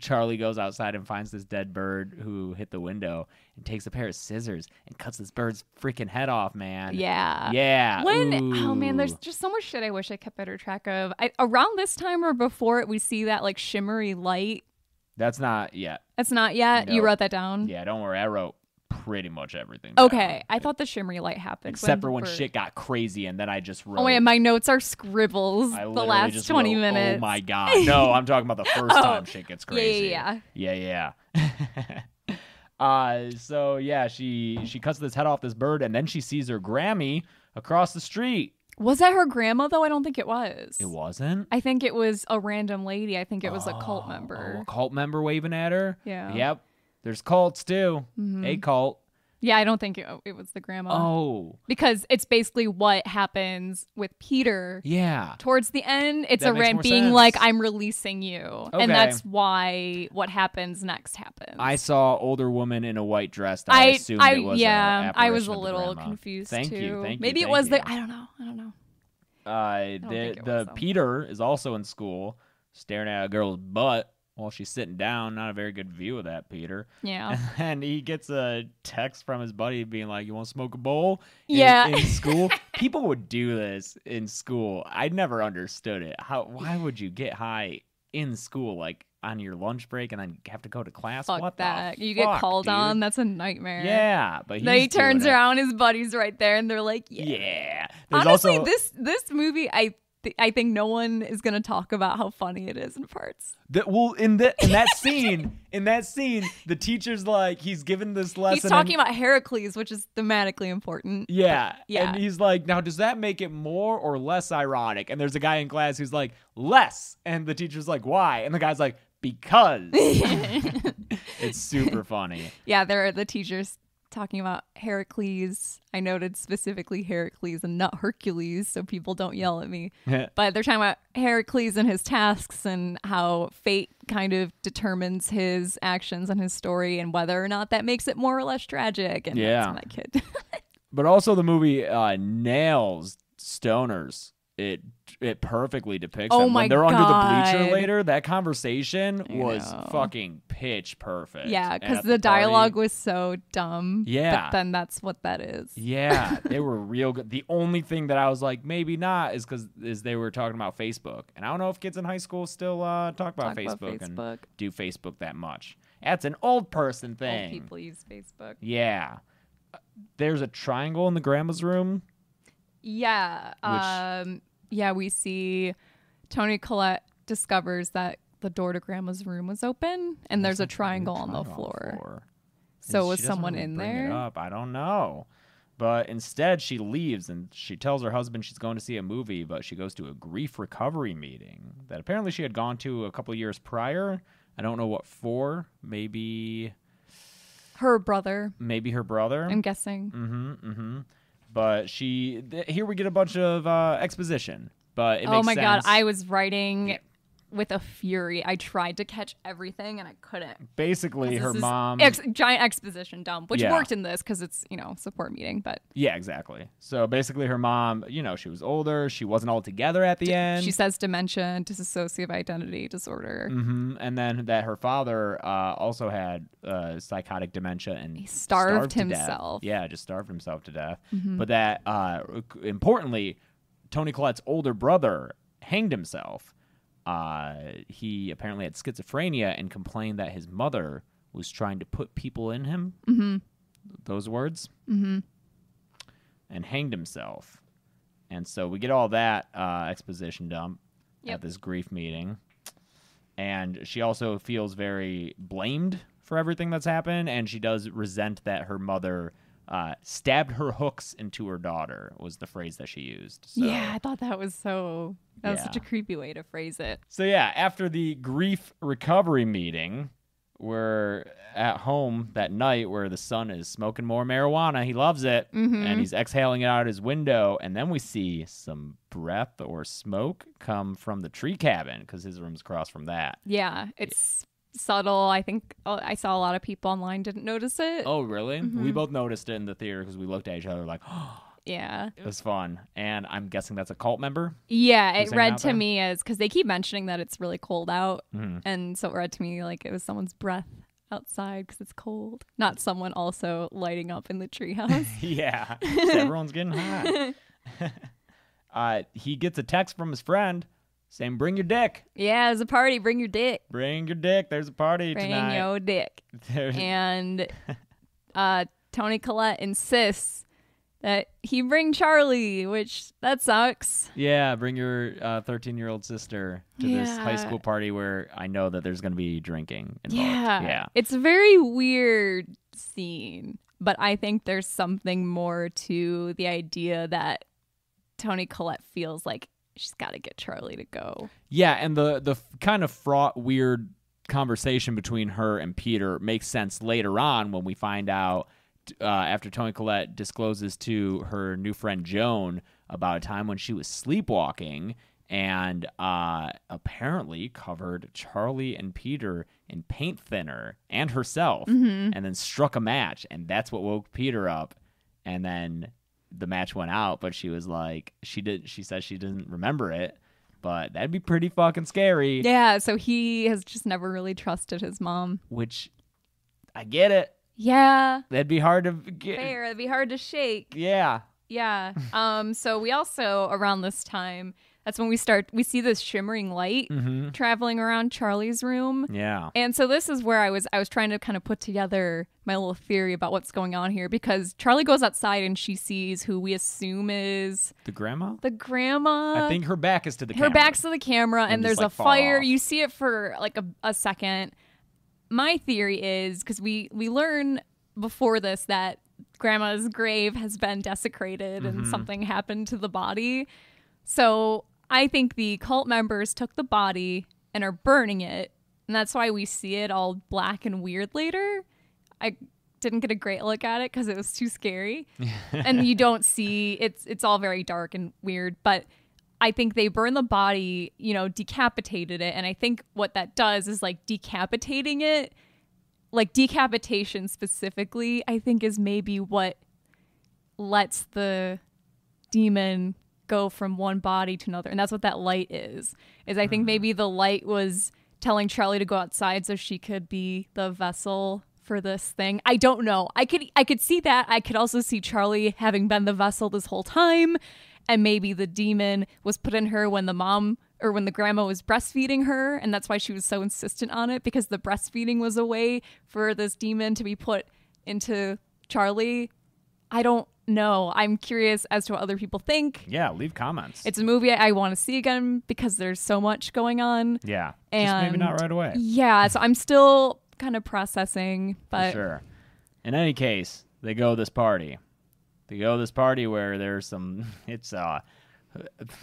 Speaker 4: Charlie goes outside and finds this dead bird who hit the window and takes a pair of scissors and cuts this bird's freaking head off, man.
Speaker 5: Yeah.
Speaker 4: Yeah.
Speaker 5: When oh man, there's
Speaker 4: Ooh.
Speaker 5: just so much shit I wish I kept better track of. I, around this time or before it, we see that like shimmery light.
Speaker 4: That's not yet.
Speaker 5: That's not yet. You
Speaker 4: No.
Speaker 5: wrote that down.
Speaker 4: Yeah, don't worry. I wrote pretty much everything. down.
Speaker 5: Okay, I thought the shimmery light happened.
Speaker 4: Except
Speaker 5: the
Speaker 4: for when
Speaker 5: bird-
Speaker 4: shit got crazy and then I just wrote.
Speaker 5: Oh man, my notes are scribbles.
Speaker 4: I
Speaker 5: the
Speaker 4: literally
Speaker 5: last
Speaker 4: just
Speaker 5: twenty
Speaker 4: wrote,
Speaker 5: minutes. Oh.
Speaker 4: Oh my god. No, I'm talking about the first time shit gets
Speaker 5: yeah,
Speaker 4: crazy.
Speaker 5: yeah,
Speaker 4: yeah. Yeah, yeah. uh so yeah, she she cuts this head off this bird and then she sees her Grammy across the street.
Speaker 5: Was that her grandma though? I don't think it was.
Speaker 4: It wasn't.
Speaker 5: I think it was a random lady. I think it was a cult member.
Speaker 4: Oh, a cult member waving at her.
Speaker 5: Yeah. Mm-hmm.
Speaker 4: Yep. There's cults too. A cult.
Speaker 5: Yeah, I don't think it, it was the grandma.
Speaker 4: Oh,
Speaker 5: Because it's basically what happens with Peter
Speaker 4: yeah.
Speaker 5: towards the end. It's
Speaker 4: That
Speaker 5: a
Speaker 4: makes
Speaker 5: rant
Speaker 4: more
Speaker 5: being like,
Speaker 4: sense.
Speaker 5: I'm releasing you.
Speaker 4: Okay.
Speaker 5: And that's why what happens next happens.
Speaker 4: I saw older woman in a white dress. That I,
Speaker 5: I-
Speaker 4: assumed
Speaker 5: I-
Speaker 4: it was.
Speaker 5: yeah,
Speaker 4: I
Speaker 5: I was a little confused
Speaker 4: Thank
Speaker 5: too.
Speaker 4: you. Thank you.
Speaker 5: Maybe it
Speaker 4: thank
Speaker 5: was
Speaker 4: you.
Speaker 5: the I don't know. I don't know.
Speaker 4: Uh,
Speaker 5: don't
Speaker 4: the
Speaker 5: think it
Speaker 4: the
Speaker 5: was, though.
Speaker 4: Peter is also in school, staring at a girl's butt while she's sitting down. Not a very good view of that Peter.
Speaker 5: Yeah.
Speaker 4: And he gets a text from his buddy being like, "You want to smoke a bowl?" in-
Speaker 5: Yeah.
Speaker 4: In school, people would do this in school. I never understood it. How? Why would you get high in school, like on your lunch break, and then have to go to class?
Speaker 5: Fuck
Speaker 4: what
Speaker 5: that.
Speaker 4: The
Speaker 5: you get
Speaker 4: fuck,
Speaker 5: called
Speaker 4: dude?
Speaker 5: on, that's a nightmare.
Speaker 4: Yeah, but he's
Speaker 5: Then he turns
Speaker 4: doing it.
Speaker 5: around, his buddy's right there, and they're like, Yeah.
Speaker 4: Yeah. There's
Speaker 5: Honestly,
Speaker 4: also
Speaker 5: this this movie I th- I think no one is gonna talk about how funny it is in parts.
Speaker 4: That well in that in that scene in that scene the teacher's like he's given this lesson.
Speaker 5: He's talking
Speaker 4: and-
Speaker 5: about Heracles, which is thematically important.
Speaker 4: yeah,
Speaker 5: Yeah.
Speaker 4: and he's like, now does that make it more or less ironic? And there's a guy in class who's like, less, and the teacher's like, why? And the guy's like, because. it's super funny.
Speaker 5: Yeah, there are the teachers talking about Heracles. I noted specifically Heracles and not Hercules, so people don't yell at me. but they're talking about Heracles and his tasks and how fate kind of determines his actions and his story and whether or not that makes it more or less tragic. And
Speaker 4: Yeah.
Speaker 5: that's my kid.
Speaker 4: but also the movie uh, nails stoners. It it perfectly depicts
Speaker 5: Oh
Speaker 4: them.
Speaker 5: my
Speaker 4: when they're under the
Speaker 5: God.
Speaker 4: bleacher later. That conversation
Speaker 5: I
Speaker 4: was
Speaker 5: know.
Speaker 4: fucking pitch perfect.
Speaker 5: yeah, because
Speaker 4: at
Speaker 5: the
Speaker 4: party.
Speaker 5: dialogue was so dumb.
Speaker 4: Yeah.
Speaker 5: But then that's what that is.
Speaker 4: Yeah, they were real good. The only thing that I was like, maybe not, is because is they were talking about Facebook, and I don't know if kids in high school still uh, talk, about,
Speaker 5: Talk
Speaker 4: Facebook
Speaker 5: about Facebook.
Speaker 4: and do Facebook that much. That's an old person
Speaker 5: Old
Speaker 4: thing.
Speaker 5: people use Facebook.
Speaker 4: Yeah, Uh, there's a triangle in the grandma's room.
Speaker 5: Yeah. Um, yeah, we see Tony Collette discovers that the door to grandma's room was open and there's a triangle on the
Speaker 4: Triangle
Speaker 5: floor.
Speaker 4: floor.
Speaker 5: So
Speaker 4: And
Speaker 5: was
Speaker 4: she doesn't
Speaker 5: someone
Speaker 4: really
Speaker 5: in
Speaker 4: bring it
Speaker 5: there?
Speaker 4: up. I don't know. But instead, she leaves and she tells her husband she's going to see a movie, but she goes to a grief recovery meeting that apparently she had gone to a couple years prior. I don't know what for. Maybe
Speaker 5: Her brother,
Speaker 4: maybe her brother.
Speaker 5: I'm guessing.
Speaker 4: hmm hmm But she th- here we get a bunch of uh, exposition. But it
Speaker 5: oh
Speaker 4: makes
Speaker 5: my god,
Speaker 4: sense.
Speaker 5: I was writing with a fury. I tried to catch everything and I couldn't.
Speaker 4: basically her
Speaker 5: This is
Speaker 4: mom.
Speaker 5: ex- giant exposition dump, which
Speaker 4: Yeah.
Speaker 5: worked in this because it's you know support meeting, but
Speaker 4: yeah, exactly. So basically, her mom. You know, she was older. She wasn't all together at the end.
Speaker 5: she says dementia, dissociative identity disorder.
Speaker 4: hmm And then that her father uh, also had uh, psychotic dementia and he
Speaker 5: starved
Speaker 4: to death.
Speaker 5: himself.
Speaker 4: Yeah, just starved himself to death. But that, uh, importantly, Tony Collette's older brother hanged himself. Uh, he apparently had schizophrenia and complained that his mother was trying to put people in him. Mm-hmm. Those words. Mm-hmm. And hanged himself. And so we get all that uh, exposition dump
Speaker 5: Yep.
Speaker 4: at this grief meeting and she also feels very blamed for everything that's happened and she does resent that her mother uh, stabbed her hooks into her daughter was the phrase that she used so,
Speaker 5: Yeah, I thought that was so that was such a
Speaker 4: Yeah.
Speaker 5: creepy way to phrase it.
Speaker 4: so yeah after the grief recovery meeting we're at home that night where the son is smoking more marijuana he loves it and he's exhaling it out his window and then we see some breath or smoke come from the tree cabin because his room's across from that
Speaker 5: Yeah, it's subtle. I think oh, I saw a lot of people online didn't notice it.
Speaker 4: Oh, really? We both noticed it in the theater because we looked at each other like,
Speaker 5: Yeah.
Speaker 4: It was fun, and I'm guessing that's a cult member.
Speaker 5: Yeah, it
Speaker 4: hanging
Speaker 5: read
Speaker 4: out
Speaker 5: to
Speaker 4: there? Mm-hmm.
Speaker 5: me as because they keep mentioning that it's really cold out, and so it read to me like it was someone's breath outside because it's cold, not someone also lighting up in the treehouse.
Speaker 4: yeah, so everyone's getting hot. uh, he gets a text from his friend saying, "Bring your dick,
Speaker 5: yeah, it's a party. Bring your dick.
Speaker 4: bring your dick. There's a party
Speaker 5: Bring
Speaker 4: tonight."
Speaker 5: your dick.
Speaker 4: There's-
Speaker 5: And uh, Tony Collette insists that he bring Charlie, which that sucks.
Speaker 4: yeah, bring your 13 year old sister to this high
Speaker 5: Yeah.
Speaker 4: school party where I know that there's going to be drinking involved.
Speaker 5: Yeah.
Speaker 4: yeah.
Speaker 5: It's a very weird scene, but I think there's something more to the idea that Tony Collette feels like she's got to get Charlie to go.
Speaker 4: Yeah, and the the f- kind of fraught, weird conversation between her and Peter makes sense later on when we find out t- uh, after Tony Collette discloses to her new friend Joan about a time when she was sleepwalking and uh, apparently covered Charlie and Peter in paint thinner and herself,
Speaker 5: Mm.
Speaker 4: and then struck a match, and that's what woke Peter up, and then the match went out but she was like she did she said she didn't remember it but that'd be pretty fucking scary.
Speaker 5: Yeah, so he has just never really trusted his mom.
Speaker 4: Which I get it.
Speaker 5: Yeah.
Speaker 4: That'd be hard to get.
Speaker 5: Fair. It'd be hard to shake.
Speaker 4: Yeah.
Speaker 5: Yeah. Um so we also around this time that's when we start we see this shimmering light
Speaker 4: Mm-hmm.
Speaker 5: traveling around Charlie's room.
Speaker 4: Yeah.
Speaker 5: And so this is where I was I was trying to kind of put together my little theory about what's going on here because Charlie goes outside and she sees who we assume is
Speaker 4: The grandma?
Speaker 5: the grandma.
Speaker 4: I think her back is to the
Speaker 5: Uh, her
Speaker 4: camera.
Speaker 5: back's to the camera and,
Speaker 4: And
Speaker 5: there's
Speaker 4: just, like,
Speaker 5: a
Speaker 4: fall
Speaker 5: fire.
Speaker 4: off.
Speaker 5: You see it for like a, a second. My theory is because we we learn before this that grandma's grave has been desecrated and
Speaker 4: Mm-hmm.
Speaker 5: something happened to the body. So I think the cult members took the body and are burning it, and that's why we see it all black and weird later. I didn't get a great look at it because it was too scary, and you don't see it's it's all very dark and weird. But I think they burn the body, you know, decapitated it, and I think what that does is like decapitating it, like decapitation specifically. I think is maybe what lets the demon go from one body to another and that's what that light is is i think maybe the light was telling charlie to go outside so she could be the vessel for this thing i don't know i could i could see that i could also see charlie having been the vessel this whole time and maybe the demon was put in her when the mom or when the grandma was breastfeeding her and that's why she was so insistent on it because the breastfeeding was a way for this demon to be put into charlie I don't know. I'm curious as to what other people think.
Speaker 4: Yeah, leave comments.
Speaker 5: It's a movie I, I want to see again because there's so much going on.
Speaker 4: yeah.
Speaker 5: And
Speaker 4: Just maybe not right away.
Speaker 5: Yeah, so I'm still kind of processing, but
Speaker 4: For sure. In any case, they go to this party. They go to this party where there's some. It's uh.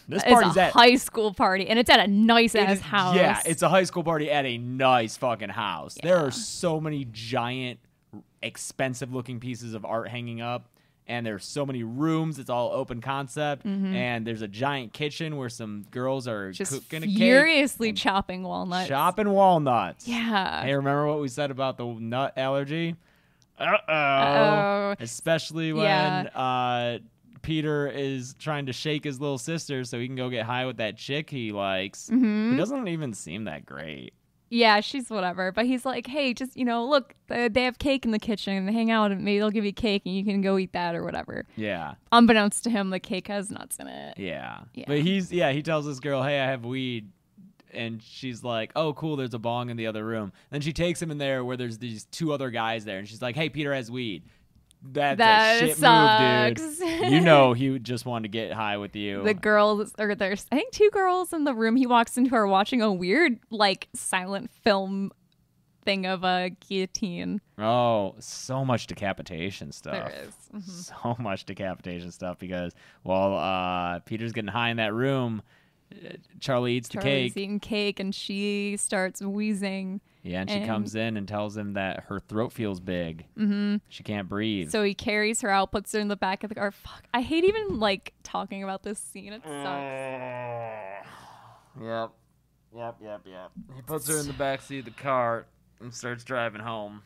Speaker 4: This party's
Speaker 5: it's a
Speaker 4: at
Speaker 5: high school party and it's at a nice
Speaker 4: It
Speaker 5: ass
Speaker 4: is-
Speaker 5: house.
Speaker 4: Yeah, it's a high school party at a nice fucking house. There are so many giant, expensive looking pieces of art hanging up, and there's so many rooms. It's all open concept, and there's a giant kitchen where some girls are
Speaker 5: Mm-hmm. just
Speaker 4: cooking a
Speaker 5: furiously chopping walnuts.
Speaker 4: cake, chopping walnuts.
Speaker 5: Yeah.
Speaker 4: Hey, remember what we said about the nut allergy? Uh oh.
Speaker 5: Uh-oh.
Speaker 4: Especially when
Speaker 5: Yeah.
Speaker 4: uh, Peter is trying to shake his little sister so he can go get high with that chick he likes.
Speaker 5: Mm-hmm.
Speaker 4: Who doesn't even seem that great.
Speaker 5: Yeah, she's whatever. But he's like, hey, just, you know, look, uh, they have cake in the kitchen. Hang out and maybe they'll give you cake and you can go eat that or whatever.
Speaker 4: Yeah.
Speaker 5: Unbeknownst to him, the cake has nuts in it.
Speaker 4: Yeah.
Speaker 5: Yeah.
Speaker 4: But he's yeah, he tells this girl, "Hey, I have weed." And she's like, "Oh, cool, there's a bong in the other room." Then she takes him in there where there's these two other guys there and she's like, "Hey, Peter has weed." That's
Speaker 5: That
Speaker 4: a shit
Speaker 5: sucks.
Speaker 4: move, dude. you know he just wanted to get high with you.
Speaker 5: the girls or there's I think two girls in the room he walks into are watching a weird like silent film thing of a guillotine.
Speaker 4: Oh, so much decapitation stuff.
Speaker 5: There is. Mm-hmm.
Speaker 4: So much decapitation stuff because while uh, Peter's getting high in that room, uh, Charlie eats the
Speaker 5: Charlie's
Speaker 4: cake.
Speaker 5: eating cake and she starts wheezing.
Speaker 4: yeah, and she
Speaker 5: and-
Speaker 4: comes in and tells him that her throat feels big. Mm-hmm. She can't breathe.
Speaker 5: So he carries her out, puts her in the back of the car. Fuck. I hate even like talking about this scene. It sucks.
Speaker 4: yep, yep, yep, yep. He puts her in the backseat of the car and starts driving home,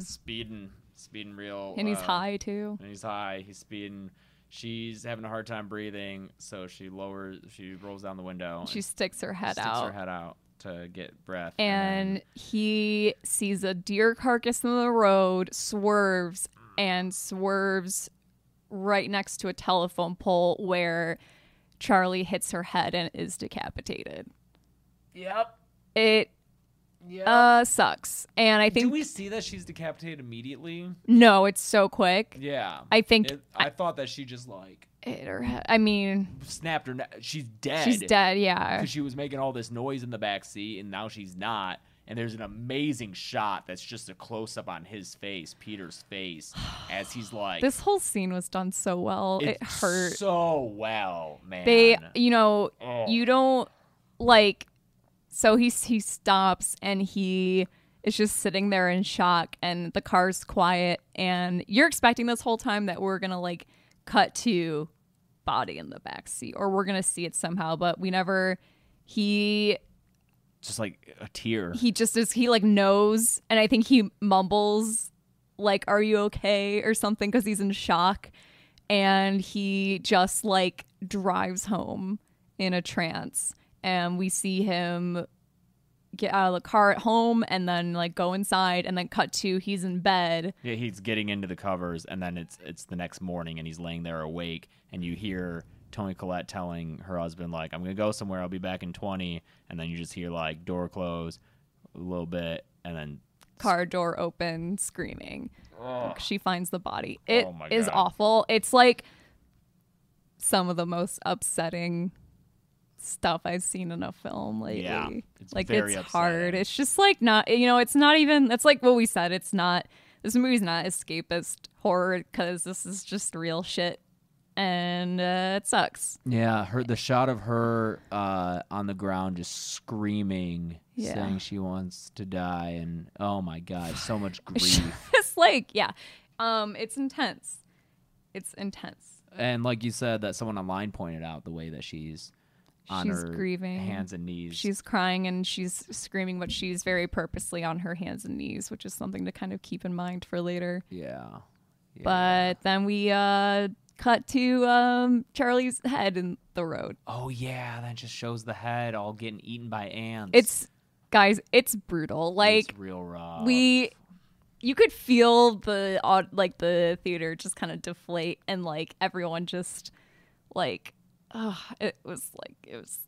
Speaker 4: speeding, speeding real.
Speaker 5: Mm-hmm. And he's
Speaker 4: uh,
Speaker 5: high too.
Speaker 4: and he's high. He's speeding. She's having a hard time breathing, so she lowers. She rolls down the window. and
Speaker 5: She sticks her head
Speaker 4: sticks
Speaker 5: out.
Speaker 4: her head out to get breath.
Speaker 5: and
Speaker 4: then-
Speaker 5: he sees a deer carcass in the road, swerves and swerves right next to a telephone pole where Charlie hits her head and is decapitated.
Speaker 4: yep.
Speaker 5: It
Speaker 4: Yep.
Speaker 5: uh sucks. And I
Speaker 4: Do
Speaker 5: think
Speaker 4: we see that she's decapitated immediately?
Speaker 5: no, it's so quick.
Speaker 4: Yeah.
Speaker 5: I think
Speaker 4: It- I thought that she just like
Speaker 5: hit her head. I mean,
Speaker 4: snapped her. neck. She's dead.
Speaker 5: she's dead, yeah.
Speaker 4: because she was making all this noise in the back seat, and now she's not. And there's an amazing shot that's just a close up on his face, Peter's face, as he's like,
Speaker 5: This whole scene was done so well. it
Speaker 4: "It's
Speaker 5: hurt.
Speaker 4: so well, man."
Speaker 5: they you know
Speaker 4: Oh.
Speaker 5: you don't like so he he stops and he is just sitting there in shock and the car's quiet and you're expecting this whole time that we're gonna like cut to body in the back seat or we're gonna see it somehow but we never he
Speaker 4: just like a tear.
Speaker 5: he just is he like knows and i think he mumbles like are you okay or something because he's in shock and he just like drives home in a trance and we see him get out of the car at home and then like go inside and then cut to he's in bed
Speaker 4: Yeah, he's getting into the covers, and then it's it's the next morning, and he's laying there awake, and you hear Tony Collette telling her husband like, "I'm gonna go somewhere. I'll be back in 20," and then you just hear like door close a little bit, and then
Speaker 5: car door open screaming she finds the body It is
Speaker 4: Oh my God.
Speaker 5: awful it's like some of the most upsetting stuff i've seen in a film lately
Speaker 4: Yeah, it's
Speaker 5: like
Speaker 4: very
Speaker 5: it's hard
Speaker 4: upsetting.
Speaker 5: it's just like not you know it's not even that's like what we said it's not this movie's not escapist horror because this is just real shit and uh, it sucks
Speaker 4: Yeah, her the shot of her uh, on the ground just screaming,
Speaker 5: Yeah.
Speaker 4: saying she wants to die, and oh my god, so much grief.
Speaker 5: it's like yeah um it's intense it's intense
Speaker 4: and like you said, that someone online pointed out the way that she's on
Speaker 5: She's
Speaker 4: her
Speaker 5: grieving.
Speaker 4: hands and knees.
Speaker 5: She's crying and she's screaming, but she's very purposely on her hands and knees, which is something to kind of keep in mind for later.
Speaker 4: yeah, yeah.
Speaker 5: But then we uh, cut to um, Charlie's head in the road.
Speaker 4: oh yeah, that just shows the head all getting eaten by ants.
Speaker 5: It's, guys, it's brutal.
Speaker 4: It's
Speaker 5: Like,
Speaker 4: real raw.
Speaker 5: we you could feel the odd like the theater just kind of deflate and like everyone just like ugh, it was like it was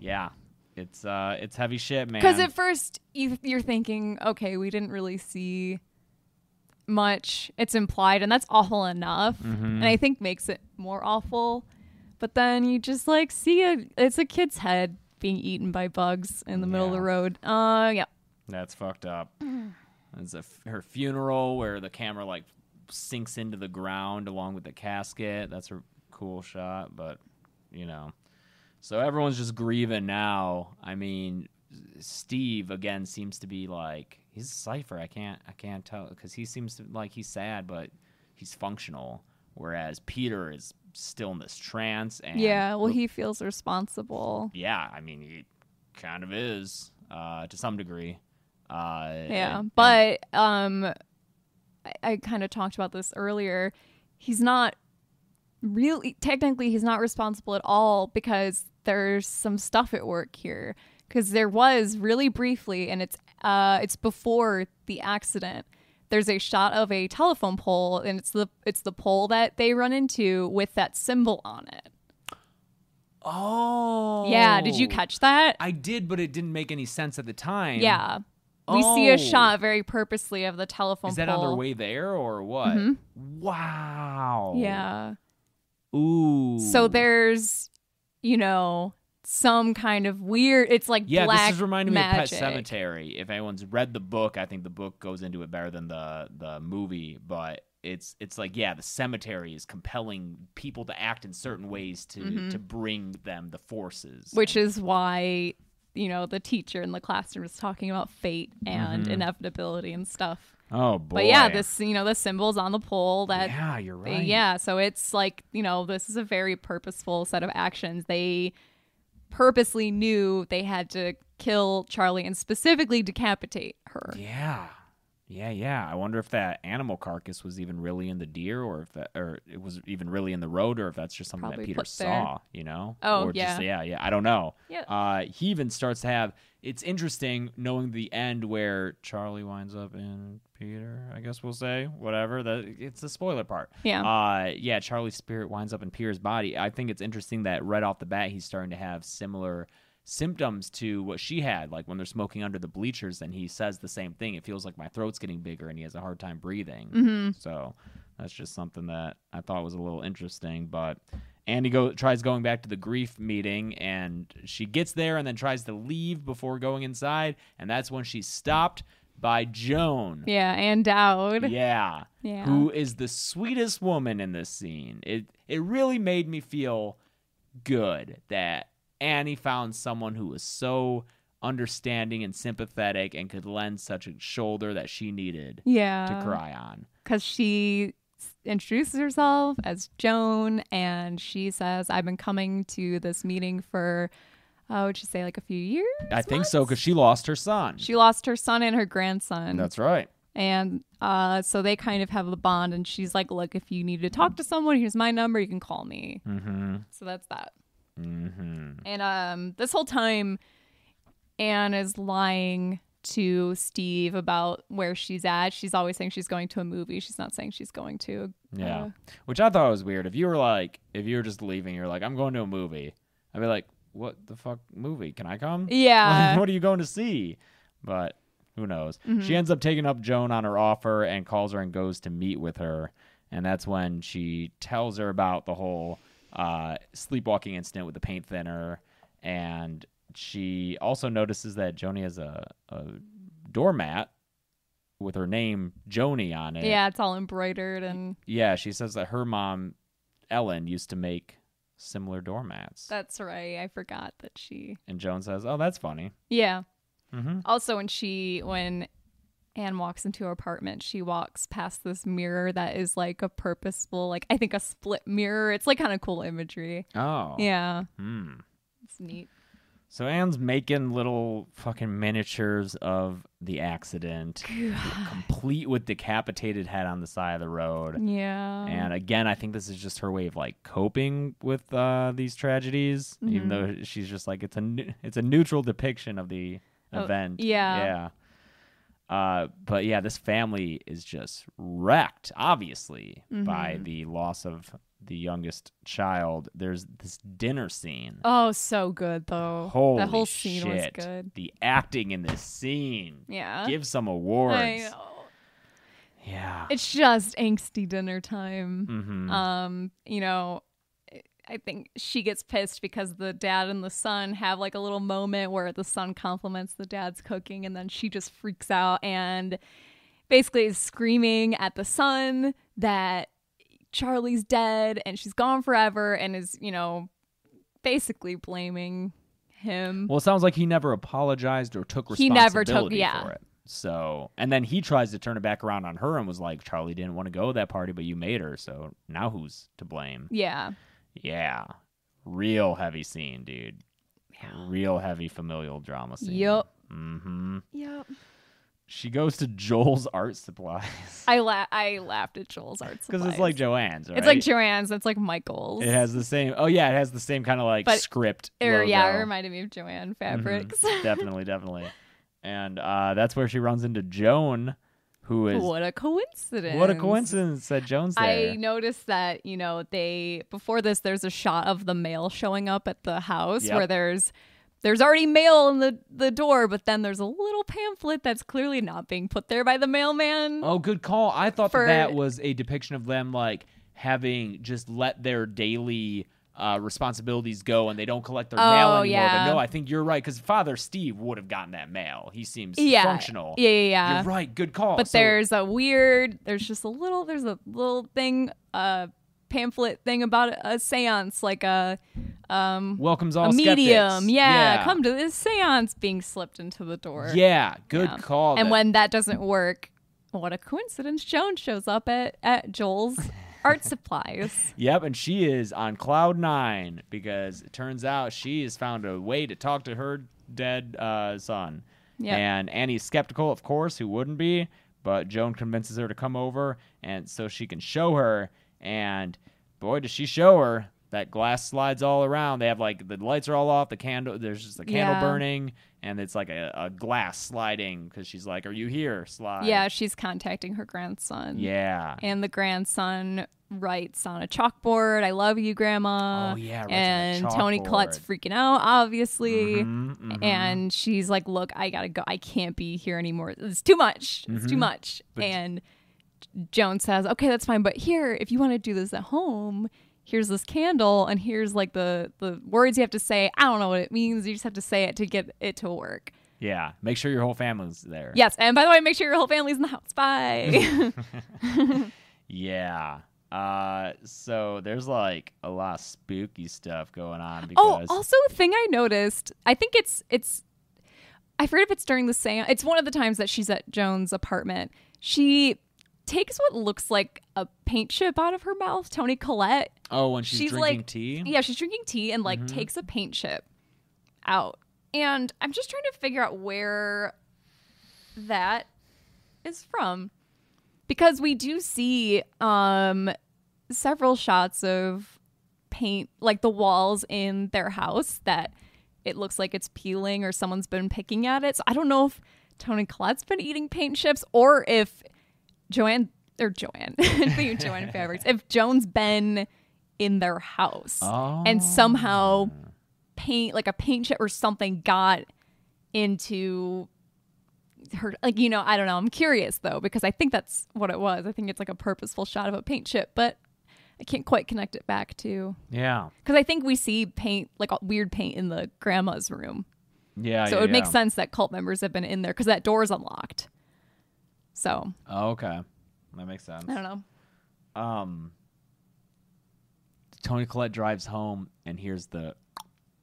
Speaker 4: yeah, it's uh, it's heavy shit, man.
Speaker 5: Because at first you, you're thinking, okay, we didn't really see much. It's implied, and that's awful enough,
Speaker 4: Mm-hmm.
Speaker 5: and I think makes it more awful. But then you just like see a it's a kid's head being eaten by bugs in the middle of the
Speaker 4: Yeah.
Speaker 5: road. Uh, yeah,
Speaker 4: That's fucked up. It's a f her funeral where the camera like sinks into the ground along with the casket. That's a cool shot, but you know. So everyone's just grieving now. I mean, Steve again seems to be like he's a cipher. I can't I can't tell because he seems to like he's sad, but he's functional. Whereas Peter is still in this trance and
Speaker 5: yeah. Well, he feels responsible.
Speaker 4: yeah, I mean, he kind of is uh, to some degree. Uh,
Speaker 5: Yeah,
Speaker 4: and-
Speaker 5: but um, I, I kind of talked about this earlier. He's not really technically he's not responsible at all because there's some stuff at work here because there was really briefly and it's uh it's before the accident there's a shot of a telephone pole and it's the it's the pole that they run into with that symbol on it
Speaker 4: oh,
Speaker 5: yeah did you catch that
Speaker 4: I did, but it didn't make any sense at the time.
Speaker 5: yeah we see a
Speaker 4: Oh.
Speaker 5: shot very purposely of the telephone
Speaker 4: Is that
Speaker 5: pole
Speaker 4: on their way there or what? Wow.
Speaker 5: Mm-hmm. yeah
Speaker 4: Ooh.
Speaker 5: So there's, you know, some kind of weird. It's like
Speaker 4: Yeah,
Speaker 5: black
Speaker 4: this is reminding me of
Speaker 5: magic.
Speaker 4: Pet Cemetery. If anyone's read the book, I think the book goes into it better than the the movie, but it's it's like yeah, the cemetery is compelling people to act in certain ways to to bring them the forces.
Speaker 5: Mm-hmm. which is why you know the teacher in the classroom is talking about fate and inevitability and stuff.
Speaker 4: oh Mm-hmm. boy.
Speaker 5: But yeah, this you know the symbols on the pole that
Speaker 4: Yeah, you're
Speaker 5: Uh,
Speaker 4: right.
Speaker 5: Yeah, so it's like, you know, this is a very purposeful set of actions. They purposely knew they had to kill Charlie and specifically decapitate her.
Speaker 4: Yeah. Yeah, yeah. I wonder if that animal carcass was even really in the deer, or if that, or it was even really in the road, or if that's just something
Speaker 5: Probably
Speaker 4: that Peter
Speaker 5: put there.
Speaker 4: saw. You know?
Speaker 5: Oh,
Speaker 4: or Just,
Speaker 5: yeah.
Speaker 4: yeah, yeah. I don't know.
Speaker 5: Yeah.
Speaker 4: Uh, he even starts to have. It's interesting knowing the end where Charlie winds up in Peter. I guess we'll say whatever. That it's the spoiler part.
Speaker 5: Yeah.
Speaker 4: Uh, yeah. Charlie's spirit winds up in Peter's body. I think it's interesting that right off the bat he's starting to have similar symptoms to what she had like when they're smoking under the bleachers and he says the same thing it feels like my throat's getting bigger and he has a hard time breathing so that's just something that i thought was a little interesting but andy go, tries going back to the grief meeting and she gets there and then tries to leave before going inside and that's when she's stopped by joan
Speaker 5: Yeah, and Dowd.
Speaker 4: yeah.
Speaker 5: Yeah.
Speaker 4: Who is the sweetest woman in this scene? It it really made me feel good that Annie found someone who was so understanding and sympathetic and could lend such a shoulder that she needed to
Speaker 5: Yeah.
Speaker 4: cry on.
Speaker 5: Because she s- introduces herself as Joan and she says, I've been coming to this meeting for, oh, would she say like a few years?
Speaker 4: I think so cuz she lost her son.
Speaker 5: She lost her son and her grandson.
Speaker 4: That's right.
Speaker 5: and uh, so they kind of have a bond. And she's like, Look, if you need to talk to someone, here's my number. You can call me.
Speaker 4: Mhm.
Speaker 5: So that's that.
Speaker 4: Mhm.
Speaker 5: And um, this whole time, Anne is lying to Steve about where she's at. She's always saying she's going to a movie. She's not saying she's going to. a-
Speaker 4: Yeah.
Speaker 5: uh,
Speaker 4: Which I thought was weird. If you were like if you were just leaving, you're like I'm going to a movie. I'd be like what the fuck movie? Can I come?
Speaker 5: yeah.
Speaker 4: what are you going to see? But who knows?
Speaker 5: Mm-hmm.
Speaker 4: She ends up taking up Joan on her offer and calls her and goes to meet with her. And that's when she tells her about the whole uh, sleepwalking incident with the paint thinner. And she also notices that Joni has a, a doormat with her name, Joni, on it.
Speaker 5: yeah, it's all embroidered and
Speaker 4: Yeah. She says that her mom, Ellen, used to make similar doormats.
Speaker 5: that's right. I forgot that she.
Speaker 4: and Joan says, Oh, that's funny.
Speaker 5: Yeah.
Speaker 4: Mhm.
Speaker 5: Also, when she when Anne walks into her apartment, she walks past this mirror that is like a purposeful, like I think a split mirror. It's like kind of cool imagery.
Speaker 4: Oh.
Speaker 5: Yeah,
Speaker 4: Hmm.
Speaker 5: it's neat.
Speaker 4: So Anne's making little fucking miniatures of the accident, complete with decapitated head on the side of the road.
Speaker 5: Yeah.
Speaker 4: And again, I think this is just her way of like coping with uh, these tragedies,
Speaker 5: Mm-hmm.
Speaker 4: even though she's just like it's a neu- it's a neutral depiction of the
Speaker 5: Oh,
Speaker 4: event.
Speaker 5: yeah.
Speaker 4: Yeah. Uh, but yeah, this family is just wrecked, obviously,
Speaker 5: Mm-hmm.
Speaker 4: by the loss of the youngest child. There's this dinner scene.
Speaker 5: Oh, so good though.
Speaker 4: Holy
Speaker 5: that whole scene
Speaker 4: shit.
Speaker 5: was good.
Speaker 4: The acting in this scene.
Speaker 5: Yeah.
Speaker 4: Give some awards.
Speaker 5: I know.
Speaker 4: Yeah.
Speaker 5: It's just angsty dinner time.
Speaker 4: hmm
Speaker 5: Um, you know, I think she gets pissed because the dad and the son have like a little moment where the son compliments the dad's cooking and then she just freaks out and basically is screaming at the son that Charlie's dead and she's gone forever and is, you know, basically blaming him.
Speaker 4: well, it sounds like he never apologized or took
Speaker 5: He
Speaker 4: responsibility
Speaker 5: never took-
Speaker 4: for
Speaker 5: yeah.
Speaker 4: it. So, and then he tries to turn it back around on her and was like, Charlie didn't want to go to that party, but you made her. So now who's to blame?
Speaker 5: yeah.
Speaker 4: Yeah. Real heavy scene, dude. Real heavy familial drama scene.
Speaker 5: Yup.
Speaker 4: hmm
Speaker 5: Yep.
Speaker 4: She goes to Joel's art supplies.
Speaker 5: I la- I laughed at Joel's art
Speaker 4: Because
Speaker 5: supplies.
Speaker 4: it's like Joanne's, right?
Speaker 5: it's like Joanne's. It's like Michael's.
Speaker 4: It has the same. Oh yeah, it has the same kind of like
Speaker 5: But-
Speaker 4: script.
Speaker 5: Or, yeah, it
Speaker 4: logo.
Speaker 5: reminded me of Joanne
Speaker 4: Mhm.
Speaker 5: Fabrics.
Speaker 4: definitely, definitely. And uh, that's where she runs into Joan, who is
Speaker 5: what a coincidence!
Speaker 4: what a coincidence that Joan's there.
Speaker 5: I noticed that you know they before this there's a shot of the mail showing up at the house
Speaker 4: Yep.
Speaker 5: where there's there's already mail in the the door, but then there's a little pamphlet that's clearly not being put there by the mailman.
Speaker 4: Oh, good call. I thought
Speaker 5: For-
Speaker 4: that, that was a depiction of them like having just let their daily uh, responsibilities go and they don't collect their mail
Speaker 5: Oh,
Speaker 4: anymore.
Speaker 5: yeah.
Speaker 4: But no, I think you're right because Father Steve would have gotten that mail. He seems
Speaker 5: yeah,
Speaker 4: functional.
Speaker 5: Yeah, yeah, yeah.
Speaker 4: You're right. Good call.
Speaker 5: But
Speaker 4: So-
Speaker 5: there's a weird, there's just a little, there's a little thing, uh, pamphlet thing about a, a seance, like a, um,
Speaker 4: welcomes all
Speaker 5: a medium.
Speaker 4: skeptics.
Speaker 5: Yeah, come to this seance being slipped into the door.
Speaker 4: Yeah, good
Speaker 5: Yeah.
Speaker 4: call.
Speaker 5: And
Speaker 4: that-
Speaker 5: when that doesn't work, what a coincidence! Joan shows up at at Joel's art supplies.
Speaker 4: Yep, and she is on cloud nine because it turns out she has found a way to talk to her dead uh, son.
Speaker 5: Yep.
Speaker 4: And Annie's skeptical, of course, who wouldn't be, But Joan convinces her to come over, and so she can show her. And boy, does she show her! That glass slides all around. They have like the lights are all off. The candle, there's just a candle
Speaker 5: Yeah.
Speaker 4: burning, and it's like a, a glass sliding because she's like, "Are you here?" Slide.
Speaker 5: Yeah, she's contacting her grandson.
Speaker 4: Yeah.
Speaker 5: And the grandson writes on a chalkboard, I love you, Grandma.
Speaker 4: Oh, yeah, writes on a
Speaker 5: uh, And Tony
Speaker 4: chalkboard. Mm-hmm.
Speaker 5: Collette's freaking out, obviously. And she's like, Look, I gotta go. I can't be here anymore. It's too much. It's too much. and Joan says, Okay, that's fine. But here, if you want to do this at home, here's this candle and here's like the the words you have to say. I don't know what it means. You just have to say it to get it to work.
Speaker 4: yeah. Make sure your whole family's there.
Speaker 5: Yes. And by the way, make sure your whole family's in the house. Bye.
Speaker 4: Yeah. Uh, so there's like a lot of spooky stuff going on
Speaker 5: Oh,
Speaker 4: because
Speaker 5: also a thing I noticed. I think it's it's. I forget if it's during the same. It's one of the times that she's at Joan's apartment. She takes what looks like a paint chip out of her mouth. Tony Collette.
Speaker 4: oh, when she's,
Speaker 5: she's
Speaker 4: drinking
Speaker 5: like-
Speaker 4: tea.
Speaker 5: Yeah, she's drinking tea and like takes a paint chip out. And I'm just trying to figure out where that is from. Because we do see um several shots of paint like the walls in their house that it looks like it's peeling or someone's been picking at it. So I don't know if Tony Collette's been eating paint chips or if Joanne or Joanne, thinking of Joanne Fabrics, if Joan's been in their house and somehow paint like a paint chip or something got into her like you know i don't know i'm curious though because i think that's what it was i think it's like a purposeful shot of a paint chip but i can't quite connect it back to
Speaker 4: Yeah.
Speaker 5: because i think we see paint like a- weird paint in the grandma's room
Speaker 4: Yeah.
Speaker 5: so
Speaker 4: yeah,
Speaker 5: it would make
Speaker 4: Ah, yeah.
Speaker 5: sense that cult members have been in there because that door is unlocked so
Speaker 4: Oh, okay. That makes sense.
Speaker 5: i don't know
Speaker 4: Um, Tony Collette drives home and hears the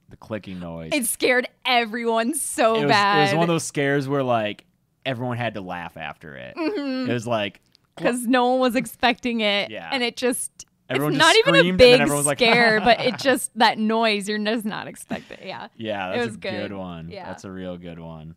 Speaker 4: the clicking noise.
Speaker 5: it scared everyone so
Speaker 4: it was,
Speaker 5: bad
Speaker 4: It was one of those scares where like everyone had to laugh after it. It was like
Speaker 5: because Mm-hmm. no one was expecting it.
Speaker 4: Yeah.
Speaker 5: And it just,
Speaker 4: Everyone
Speaker 5: it's
Speaker 4: just
Speaker 5: not even a
Speaker 4: screamed, and then
Speaker 5: big
Speaker 4: everyone was like,
Speaker 5: scare, but it just, that noise, you're just not expecting. Yeah.
Speaker 4: yeah,
Speaker 5: It
Speaker 4: that's
Speaker 5: was
Speaker 4: a good,
Speaker 5: good.
Speaker 4: one.
Speaker 5: Yeah.
Speaker 4: That's a real good one.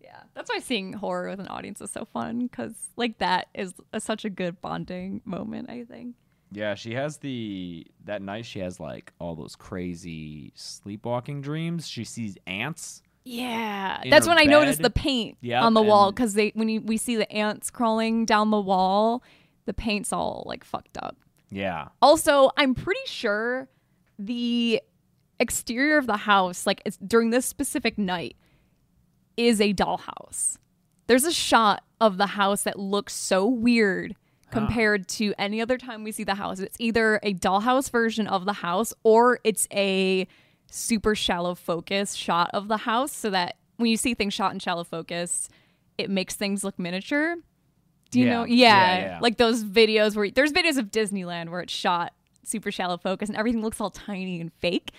Speaker 5: Yeah. That's why seeing horror with an audience is so fun because, like, that is a, such a good bonding moment, I think.
Speaker 4: Yeah, she has the that night she has like all those crazy sleepwalking dreams. She sees ants.
Speaker 5: Yeah,
Speaker 4: In
Speaker 5: that's
Speaker 4: her
Speaker 5: when I noticed
Speaker 4: bed.
Speaker 5: the paint
Speaker 4: Yep,
Speaker 5: on the wall
Speaker 4: and-
Speaker 5: because they when you, we see the ants crawling down the wall, the paint's all like fucked up.
Speaker 4: Yeah.
Speaker 5: Also, I'm pretty sure the exterior of the house, like it's during this specific night, is a dollhouse. There's a shot of the house that looks so weird compared to any other time we see the house. It's either a dollhouse version of the house or it's a super shallow focus shot of the house so that when you see things shot in shallow focus, it makes things look miniature. Do you
Speaker 4: Yeah.
Speaker 5: know?
Speaker 4: Yeah,
Speaker 5: Yeah.
Speaker 4: yeah.
Speaker 5: Like those videos where there's videos of Disneyland where it's shot super shallow focus and everything looks all tiny and fake.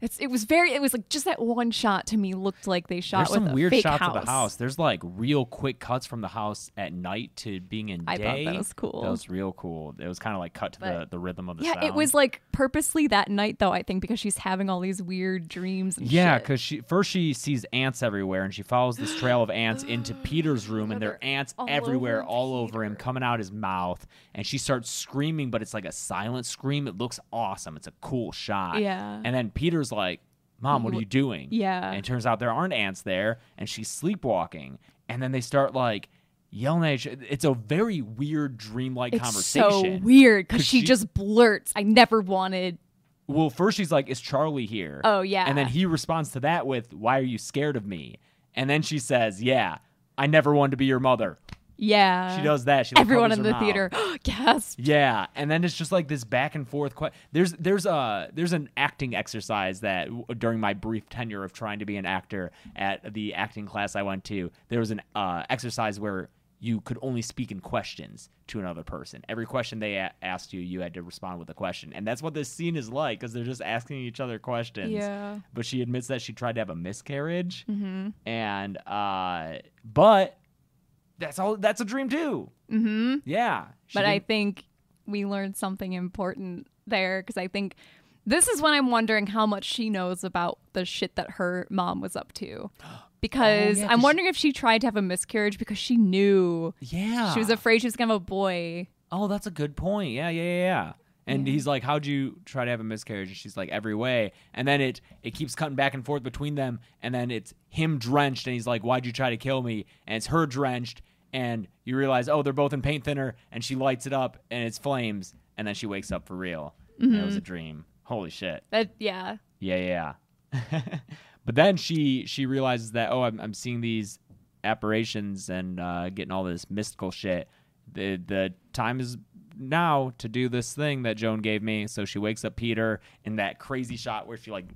Speaker 5: It's, it was very, it was like just that one shot to me looked like they shot
Speaker 4: There's
Speaker 5: with
Speaker 4: some
Speaker 5: a
Speaker 4: weird
Speaker 5: fake
Speaker 4: shots
Speaker 5: house.
Speaker 4: of the house. There's like real quick cuts from the house at night to being in
Speaker 5: I thought
Speaker 4: day.
Speaker 5: that was cool.
Speaker 4: That was real cool. It was kind of like cut to the,
Speaker 5: But-
Speaker 4: the rhythm of the
Speaker 5: Yeah,
Speaker 4: sound.
Speaker 5: it was like purposely that night though, I think, because she's having all these weird dreams and
Speaker 4: yeah,
Speaker 5: shit.
Speaker 4: because she first she sees ants everywhere, and she follows this trail of ants into Peter's room, and there are
Speaker 5: they're
Speaker 4: ants
Speaker 5: all
Speaker 4: everywhere,
Speaker 5: over
Speaker 4: all over him, coming out his mouth, and she starts screaming, but it's like a silent scream. It looks awesome. It's a cool shot.
Speaker 5: Yeah.
Speaker 4: And then Peter's like, "Mom, what are you doing?"
Speaker 5: Yeah.
Speaker 4: And it turns out there aren't ants there, and she's sleepwalking, and then they start like yelling at each. It's a very weird dreamlike
Speaker 5: It's so
Speaker 4: conversation.
Speaker 5: weird because
Speaker 4: 'Cause
Speaker 5: she,
Speaker 4: she-
Speaker 5: just blurts, I never wanted.
Speaker 4: Well, first she's like, "Is Charlie here?"
Speaker 5: Oh, yeah.
Speaker 4: and then he responds to that with, "Why are you scared of me?" And then she says, "Yeah, I never wanted to be your mother."
Speaker 5: Yeah.
Speaker 4: She does that. She like,
Speaker 5: Uh, Everyone
Speaker 4: covers
Speaker 5: in
Speaker 4: her
Speaker 5: the
Speaker 4: mouth.
Speaker 5: theater gasped.
Speaker 4: Yeah, and then it's just like this back and forth. Que- there's there's a there's an acting exercise that w- during my brief tenure of trying to be an actor at the acting class I went to, there was an uh, exercise where you could only speak in questions to another person. Every question they a- asked you, you had to respond with a question, and that's what this scene is like because they're just asking each other questions.
Speaker 5: Yeah. Mm-hmm.
Speaker 4: But she admits that she tried to have a miscarriage, and uh, but that's all. That's a dream too. Mm-hmm. Yeah. she
Speaker 5: but
Speaker 4: didn't-
Speaker 5: I think we learned something important there because I think This is when I'm wondering how much she knows about the shit that her mom was up to. Because
Speaker 4: Oh, yeah, 'cause
Speaker 5: I'm
Speaker 4: she-
Speaker 5: wondering if she tried to have a miscarriage because she knew
Speaker 4: Yeah.
Speaker 5: she was afraid she was going to have a boy.
Speaker 4: Oh, that's a good point. Yeah, yeah, yeah. yeah. And he's like, "How'd you try to have a miscarriage?" And she's like, "Every way." And then it it keeps cutting back and forth between them. And then it's him drenched, and he's like, "Why'd you try to kill me?" And it's her drenched, and you realize, oh, they're both in paint thinner, and she lights it up, and it's flames, and then she wakes up for real. And it
Speaker 5: Mm-hmm.
Speaker 4: was a dream. Holy shit.
Speaker 5: That yeah.
Speaker 4: Yeah, yeah. yeah. but then she she realizes that oh, I'm I'm seeing these apparitions and uh, getting all this mystical shit. The the time is now to do this thing that Joan gave me. So she wakes up Peter in that crazy shot where she like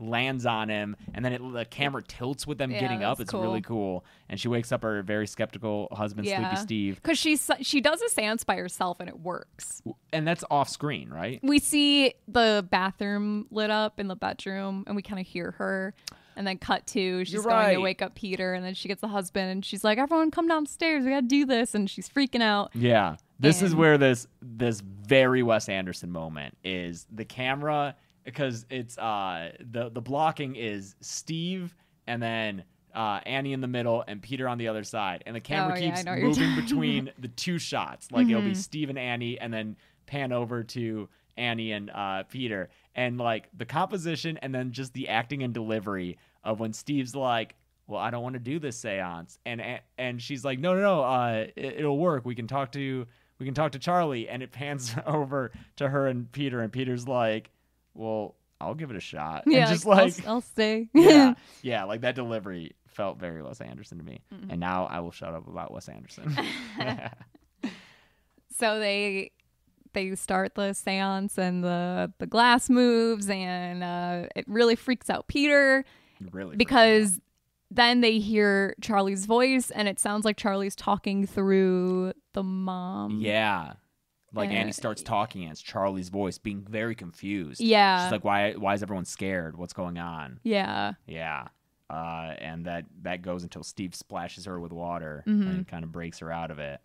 Speaker 4: lands on him and then it, the camera tilts with them
Speaker 5: Yeah,
Speaker 4: getting up. It's
Speaker 5: that's
Speaker 4: really cool. And she wakes up her very skeptical husband,
Speaker 5: Yeah.
Speaker 4: Sleepy Steve.
Speaker 5: Cuz she she does a séance by herself and it works.
Speaker 4: And that's off screen, right?
Speaker 5: We see the bathroom lit up in the bedroom and we kind of hear her and then cut to she's
Speaker 4: You're
Speaker 5: going
Speaker 4: right.
Speaker 5: to wake up Peter and then she gets the husband and she's like everyone come downstairs we got to do this and she's freaking out.
Speaker 4: Yeah. This is
Speaker 5: And-
Speaker 4: where this this very Wes Anderson moment is the camera because it's uh the the blocking is Steve and then uh, Annie in the middle and Peter on the other side, and the camera
Speaker 5: Oh, yeah,
Speaker 4: keeps
Speaker 5: I know what you're
Speaker 4: moving
Speaker 5: talking
Speaker 4: between the two shots. Like it'll be
Speaker 5: Mm-hmm.
Speaker 4: Steve and Annie, and then pan over to Annie and uh, Peter, and like the composition, and then just the acting and delivery of when Steve's like, well, I don't want to do this seance. And, and and she's like, no, no, no, uh, it, will work. We can talk to we can talk to Charlie. And it pans over to her and Peter, and Peter's like, well, I'll give it a shot.
Speaker 5: Yeah,
Speaker 4: and just
Speaker 5: like,
Speaker 4: like,
Speaker 5: I'll, I'll stay.
Speaker 4: yeah, yeah, like that delivery felt very Wes Anderson to me.
Speaker 5: Mm-hmm.
Speaker 4: And now I will shut up about Wes Anderson.
Speaker 5: so they they start the seance and the the glass moves and uh, it really freaks out Peter
Speaker 4: really, freaked me
Speaker 5: because then they hear Charlie's voice and it sounds like Charlie's talking through the
Speaker 4: out.
Speaker 5: mom.
Speaker 4: yeah. Like
Speaker 5: Uh,
Speaker 4: Annie starts talking, and it's Charlie's voice, being very confused.
Speaker 5: Yeah.
Speaker 4: she's like, "Why? Why is everyone scared? What's going on?"
Speaker 5: Yeah.
Speaker 4: Yeah. Uh, and that that goes until Steve splashes her with water
Speaker 5: Mm-hmm.
Speaker 4: and kind of breaks her out of it.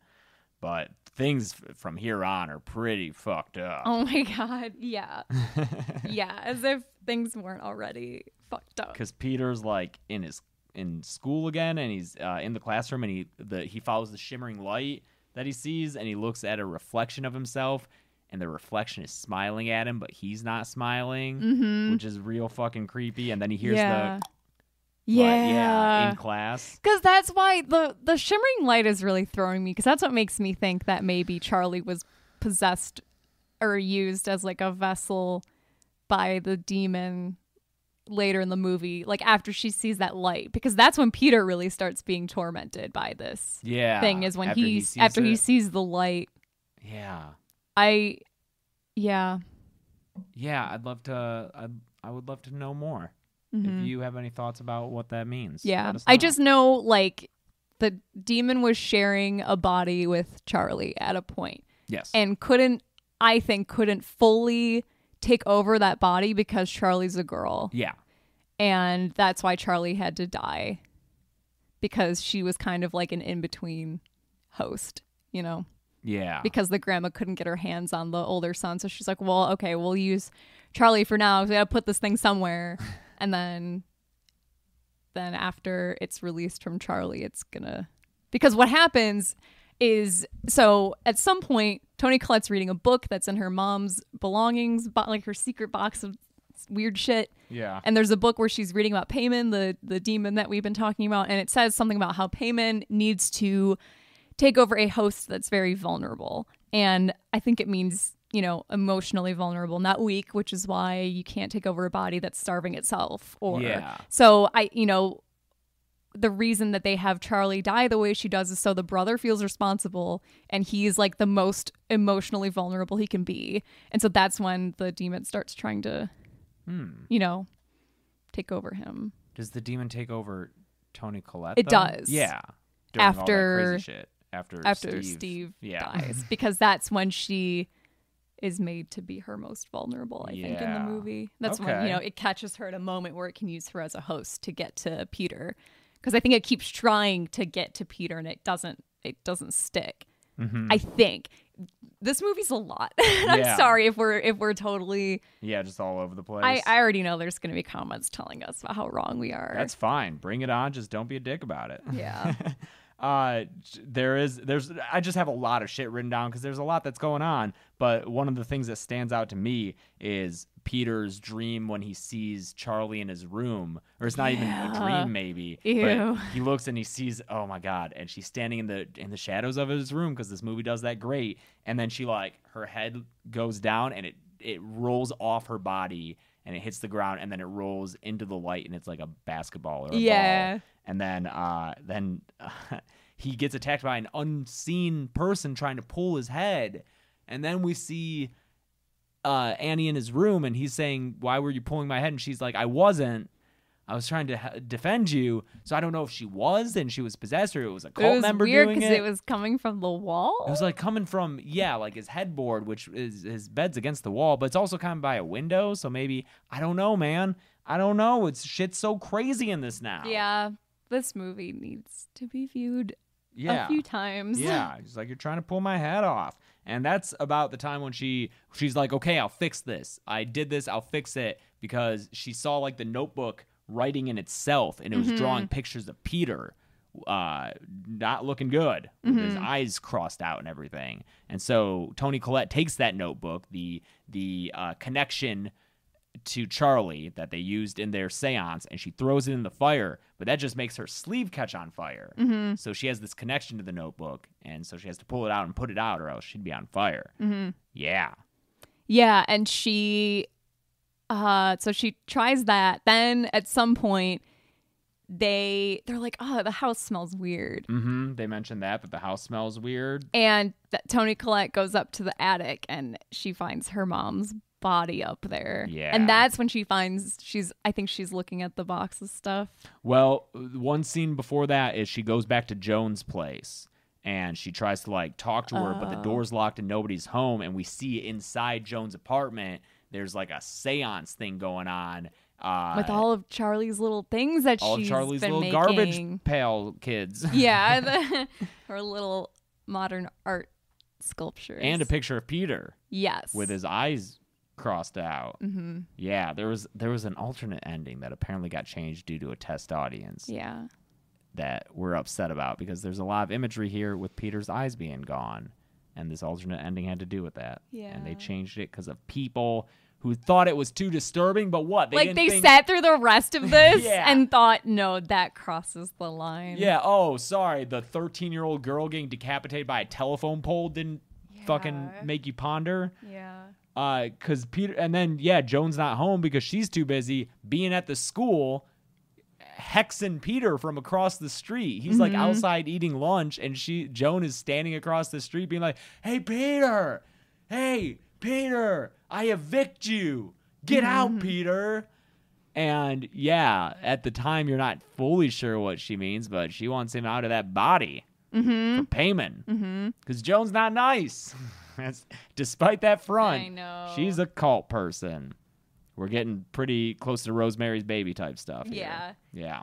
Speaker 4: But things f- from here on are pretty fucked up.
Speaker 5: Oh my god. Yeah. yeah, as if things weren't already fucked up.
Speaker 4: Because Peter's like in his in school again, and he's uh, in the classroom, and he the he follows the shimmering light that he sees, and he looks at a reflection of himself, and the reflection is smiling at him, but he's not smiling, which is real fucking creepy. And then he hears
Speaker 5: Mm-hmm. yeah.
Speaker 4: the like, yeah
Speaker 5: yeah.
Speaker 4: in class.
Speaker 5: Because that's why the the shimmering light is really throwing me. Because that's what makes me think that maybe Charlie was possessed or used as like a vessel by the demon later in the movie. Like after she sees that light, because that's when Peter really starts being tormented by this
Speaker 4: Yeah,
Speaker 5: thing. Is when
Speaker 4: after
Speaker 5: he's
Speaker 4: sees
Speaker 5: after he
Speaker 4: it.
Speaker 5: sees the light.
Speaker 4: yeah.
Speaker 5: I yeah
Speaker 4: yeah i'd love to I'd, i would love to know more if you have any thoughts about what that means
Speaker 5: Mm-hmm. yeah.
Speaker 4: let us
Speaker 5: I
Speaker 4: know.
Speaker 5: just know like the demon was sharing a body with Charlie at a point.
Speaker 4: yes
Speaker 5: and couldn't I think couldn't fully take over that body because Charlie's a girl
Speaker 4: yeah
Speaker 5: and that's why Charlie had to die because she was kind of like an in-between host, you know,
Speaker 4: yeah
Speaker 5: because the grandma couldn't get her hands on the older son so she's like, "Well, okay, we'll use Charlie for now. 'cause We got to put this thing somewhere." and then then after it's released from Charlie, it's gonna because what happens is so at some point Tony Collette's reading a book that's in her mom's belongings, bo- like her secret box of weird shit.
Speaker 4: yeah
Speaker 5: And there's a book where she's reading about Payman, the the demon that we've been talking about, and it says something about how Payman needs to take over a host that's very vulnerable. And I think it means, you know, emotionally vulnerable, not weak, which is why you can't take over a body that's starving itself or
Speaker 4: Yeah.
Speaker 5: so I, you know, the reason that they have Charlie die the way she does is so the brother feels responsible and he's like the most emotionally vulnerable he can be. And so that's when the demon starts trying to, you know, take over him.
Speaker 4: does the demon take over tony collette
Speaker 5: It
Speaker 4: though?
Speaker 5: does.
Speaker 4: yeah During all that
Speaker 5: After-
Speaker 4: crazy shit after
Speaker 5: After
Speaker 4: steve,
Speaker 5: Steve,
Speaker 4: yeah
Speaker 5: dies, because that's when she is made to be her most vulnerable, I think, in the
Speaker 4: Yeah.
Speaker 5: movie. That's when,
Speaker 4: Okay.
Speaker 5: you know, it catches her at a moment where it can use her as a host to get to Peter. Because I think it keeps trying to get to Peter and it doesn't it doesn't stick.
Speaker 4: Mm-hmm.
Speaker 5: I think this movie's a lot. and
Speaker 4: Hmm. Yeah.
Speaker 5: I'm sorry if we're if we're totally.
Speaker 4: Yeah, just all over the place.
Speaker 5: I, I already know there's going to be comments telling us about how wrong we are.
Speaker 4: That's fine. Bring it on. Just don't be a dick about it.
Speaker 5: yeah.
Speaker 4: uh there is there's i just have a lot of shit written down because there's a lot that's going on but one of the things that stands out to me is peter's dream when he sees charlie in his room or it's not even a
Speaker 5: Yeah.
Speaker 4: dream maybe
Speaker 5: Ew.
Speaker 4: but he looks and he sees oh my god and she's standing in the in the shadows of his room because this movie does that great and then she like her head goes down and it it rolls off her body and it hits the ground and then it rolls into the light and it's like a basketball or a
Speaker 5: Yeah.
Speaker 4: ball and then uh, then he gets attacked by an unseen person trying to pull his head, and then we see uh, Annie in his room, and he's saying, "Why were you pulling my head?" And she's like, "I wasn't." I was trying to h- defend you, so I don't know if she was and she was possessed or it was a cult
Speaker 5: it was
Speaker 4: member
Speaker 5: weird
Speaker 4: doing
Speaker 5: because
Speaker 4: it.
Speaker 5: it was coming from the wall.
Speaker 4: It was like coming from yeah, like his headboard, which is his bed's against the wall, but it's also coming by a window. So maybe I don't know, man. I don't know. It's shit's so crazy in this now.
Speaker 5: yeah. This movie needs to be viewed
Speaker 4: yeah.
Speaker 5: a few times.
Speaker 4: Yeah, she's like, "You're trying to pull my hat off," and that's about the time when she she's like, "Okay, I'll fix this. I did this. I'll fix it," because she saw like the notebook writing in itself, and it was drawing pictures of Peter, uh, not looking good, with his eyes crossed out and everything. And so Tony Collette takes that notebook, the the uh, connection to Charlie that they used in their seance and she throws it in the fire, but that just makes her sleeve catch on fire.
Speaker 5: Mm-hmm.
Speaker 4: So she has this connection to the notebook, and so she has to pull it out and put it out, or else she'd be on fire.
Speaker 5: Mm-hmm.
Speaker 4: Yeah.
Speaker 5: Yeah, and she uh so she tries that. Then at some point they they're like, "Oh, the house smells weird."
Speaker 4: hmm They mentioned that, but the house smells weird.
Speaker 5: And that Tony Collette goes up to the attic and she finds her mom's body up there.
Speaker 4: Yeah.
Speaker 5: And that's when she finds she's I think she's looking at the box of stuff.
Speaker 4: Well, one scene before that is she goes back to Joan's place and she tries to like talk to her, but
Speaker 5: Oh.
Speaker 4: the door's locked and nobody's home. And we see inside Joan's apartment, there's like a seance thing going on. Uh,
Speaker 5: With all of Charlie's little things that
Speaker 4: all of
Speaker 5: she's
Speaker 4: Charlie's
Speaker 5: been
Speaker 4: little
Speaker 5: making.
Speaker 4: garbage pail kids.
Speaker 5: yeah, the, her little modern art sculptures.
Speaker 4: and a picture of Peter
Speaker 5: yes
Speaker 4: with his eyes crossed out.
Speaker 5: Mm.
Speaker 4: Mm-hmm. Yeah, there was there was an alternate ending that apparently got changed due to a test audience
Speaker 5: yeah.
Speaker 4: that we're upset about because there's a lot of imagery here with Peter's eyes being gone, and this alternate ending had to do with that. and they
Speaker 5: Yeah.
Speaker 4: changed it because of people who thought it was too disturbing. But what they
Speaker 5: like
Speaker 4: didn't
Speaker 5: they
Speaker 4: think-
Speaker 5: sat through the rest of this
Speaker 4: Yeah.
Speaker 5: and thought, no, that crosses the line.
Speaker 4: Yeah. Oh, sorry. The 13 year old girl getting decapitated by a telephone pole didn't fucking
Speaker 5: Yeah.
Speaker 4: make you ponder.
Speaker 5: Yeah.
Speaker 4: uh because peter and then yeah joan's not home because she's too busy being at the school hexing peter from across the street he's
Speaker 5: Mm-hmm.
Speaker 4: like outside eating lunch and she joan is standing across the street being like hey peter hey peter i evict you get
Speaker 5: Mm-hmm.
Speaker 4: out peter and yeah at the time you're not fully sure what she means but she wants him out of that body
Speaker 5: Mm-hmm.
Speaker 4: for payment because Joan's not nice. That's- Despite that front,
Speaker 5: I know.
Speaker 4: she's a cult person. We're getting pretty close to Rosemary's Baby type stuff. here.
Speaker 5: Yeah.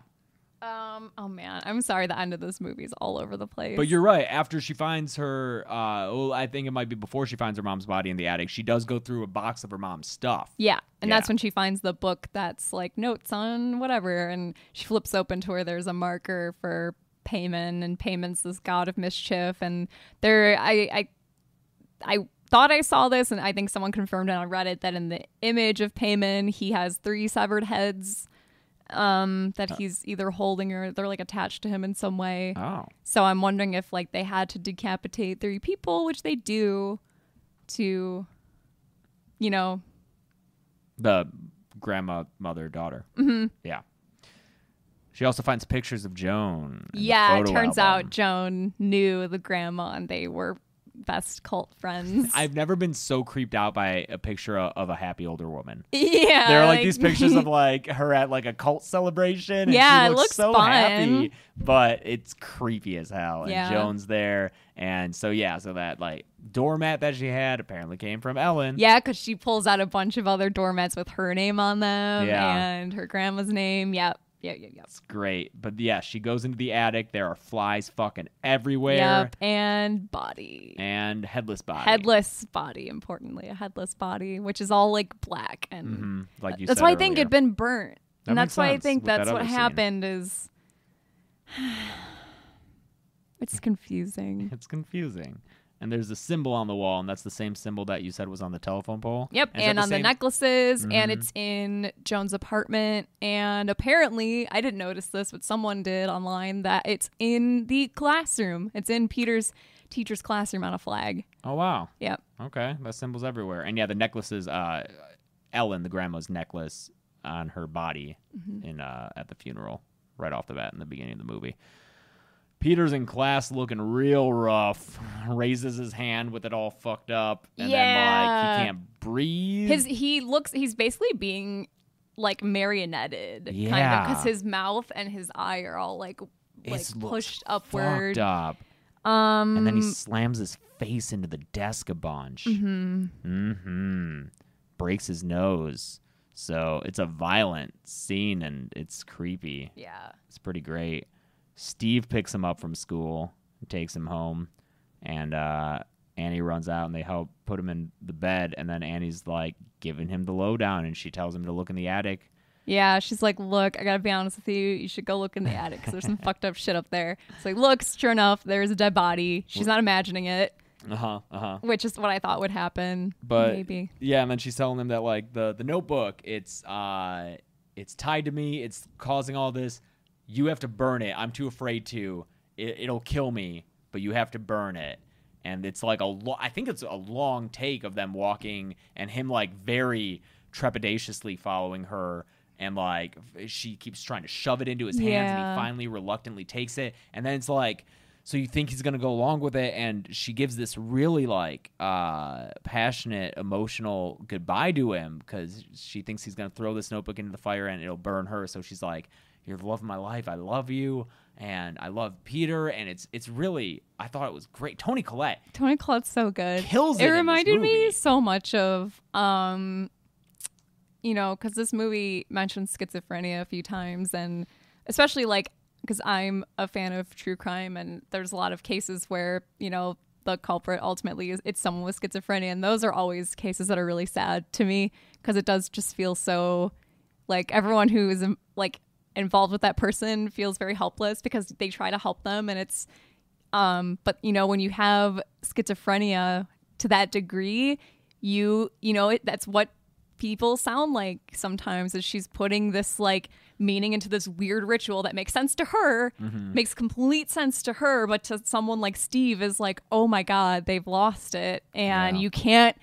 Speaker 4: yeah.
Speaker 5: Um. Oh man, I'm sorry. The end of this movie is all over the place.
Speaker 4: But you're right. After she finds her, uh, well, I think it might be before she finds her mom's body in the attic. She does go through a box of her mom's stuff.
Speaker 5: Yeah, and
Speaker 4: Yeah.
Speaker 5: that's when she finds the book that's like notes on whatever, and she flips open to where there's a marker for Payman, and Payman's this god of mischief, and there I I I thought I saw this, and I think someone confirmed it on Reddit that in the image of Payman, he has three severed heads um that he's either holding or they're like attached to him in some way.
Speaker 4: Oh,
Speaker 5: So I'm wondering if like they had to decapitate three people, which they do, to, you know,
Speaker 4: the grandma, mother, daughter.
Speaker 5: Mm-hmm.
Speaker 4: Yeah. She also finds pictures of Joan. in the
Speaker 5: Yeah, it
Speaker 4: photo
Speaker 5: turns
Speaker 4: album.
Speaker 5: out Joan knew the grandma and they were best cult friends.
Speaker 4: I've never been so creeped out by a picture of- of a happy older woman.
Speaker 5: yeah.
Speaker 4: There are like these pictures of like her at like a cult celebration. And
Speaker 5: Yeah,
Speaker 4: she
Speaker 5: it
Speaker 4: looks
Speaker 5: looks
Speaker 4: so
Speaker 5: fun.
Speaker 4: happy, but it's creepy as hell. And
Speaker 5: Yeah.
Speaker 4: Joan's there, and so yeah, so that like doormat that she had apparently came from Ellen.
Speaker 5: Yeah, because she pulls out a bunch of other doormats with her name on them
Speaker 4: Yeah.
Speaker 5: and her grandma's name. Yep. yeah, yeah, yeah.
Speaker 4: It's great. But yeah, she goes into the attic. There are flies fucking everywhere.
Speaker 5: Yep, and body.
Speaker 4: And headless body.
Speaker 5: Headless body, importantly, a headless body, which is all like black, and
Speaker 4: Mhm, Like you
Speaker 5: that's
Speaker 4: said
Speaker 5: why I think
Speaker 4: earlier.
Speaker 5: it'd been burnt,
Speaker 4: That
Speaker 5: and
Speaker 4: makes
Speaker 5: that's why I
Speaker 4: sense
Speaker 5: think
Speaker 4: with that
Speaker 5: that's what
Speaker 4: other scene.
Speaker 5: happened. Is it's confusing.
Speaker 4: It's confusing. And there's a symbol on the wall, and that's the same symbol that you said was on the telephone pole.
Speaker 5: Yep,
Speaker 4: is that
Speaker 5: and on the
Speaker 4: same- Mm-hmm.
Speaker 5: necklaces, and it's in Joan's apartment, and apparently I didn't notice this, but someone did online that it's in the classroom. It's in Peter's teacher's classroom on a flag.
Speaker 4: Oh wow.
Speaker 5: Yep.
Speaker 4: Okay, that symbol's everywhere. And yeah, the necklaces. Uh, Ellen, the grandma's necklace on her body
Speaker 5: Mm-hmm.
Speaker 4: in uh, at the funeral, right off the bat in the beginning of the movie. Peter's in class looking real rough. Raises his hand with it all fucked up, and then like
Speaker 5: Yeah.
Speaker 4: he can't breathe.
Speaker 5: His he looks he's basically being like marionetted kind
Speaker 4: Yeah.
Speaker 5: of because his mouth and his eye are all like like
Speaker 4: His looks
Speaker 5: pushed
Speaker 4: fucked
Speaker 5: upward.
Speaker 4: up.
Speaker 5: Um
Speaker 4: and then he slams his face into the desk a bunch. Mm-hmm. Mm-hmm. Breaks his nose. So it's a violent scene and it's creepy.
Speaker 5: yeah.
Speaker 4: It's pretty great. Steve picks him up from school and takes him home, and uh, Annie runs out and they help put him in the bed. And then Annie's like giving him the lowdown, and she tells him to look in the attic.
Speaker 5: Yeah, she's like, look, I gotta be honest with you. You should go look in the attic because there's some fucked up shit up there. It's like, look, sure enough, there's a dead body. She's not imagining it,
Speaker 4: Uh huh. Uh huh.
Speaker 5: which is what I thought would happen.
Speaker 4: but
Speaker 5: maybe
Speaker 4: yeah and then she's telling him that like the the notebook it's uh it's tied to me it's causing all this you have to burn it i'm too afraid to it, it'll kill me but you have to burn it and it's like a lo- i think it's a long take of them walking and him like very trepidatiously following her and like f- she keeps trying to shove it into his hands and he
Speaker 5: Yeah.
Speaker 4: finally reluctantly takes it and then it's like so you think he's going to go along with it and she gives this really like uh passionate emotional goodbye to him cuz she thinks he's going to throw this notebook into the fire and it'll burn her so she's like you're the love of my life I love you and I love Peter and it's it's really I thought it was great Tony Collette
Speaker 5: Tony Collette's so good.
Speaker 4: Kills it
Speaker 5: It
Speaker 4: in this
Speaker 5: reminded
Speaker 4: movie.
Speaker 5: me so much of um, you know, because this movie mentions schizophrenia a few times, and especially like because I'm a fan of true crime, and there's a lot of cases where you know the culprit ultimately is it's someone with schizophrenia, and those are always cases that are really sad to me because it does just feel so like everyone who is um, like involved with that person feels very helpless because they try to help them and it's um but you know when you have schizophrenia to that degree you you know it, that's what people sound like sometimes is she's putting this like meaning into this weird ritual that makes sense to her makes complete sense to her but to someone like steve is like oh my god they've lost it and
Speaker 4: Yeah.
Speaker 5: you can't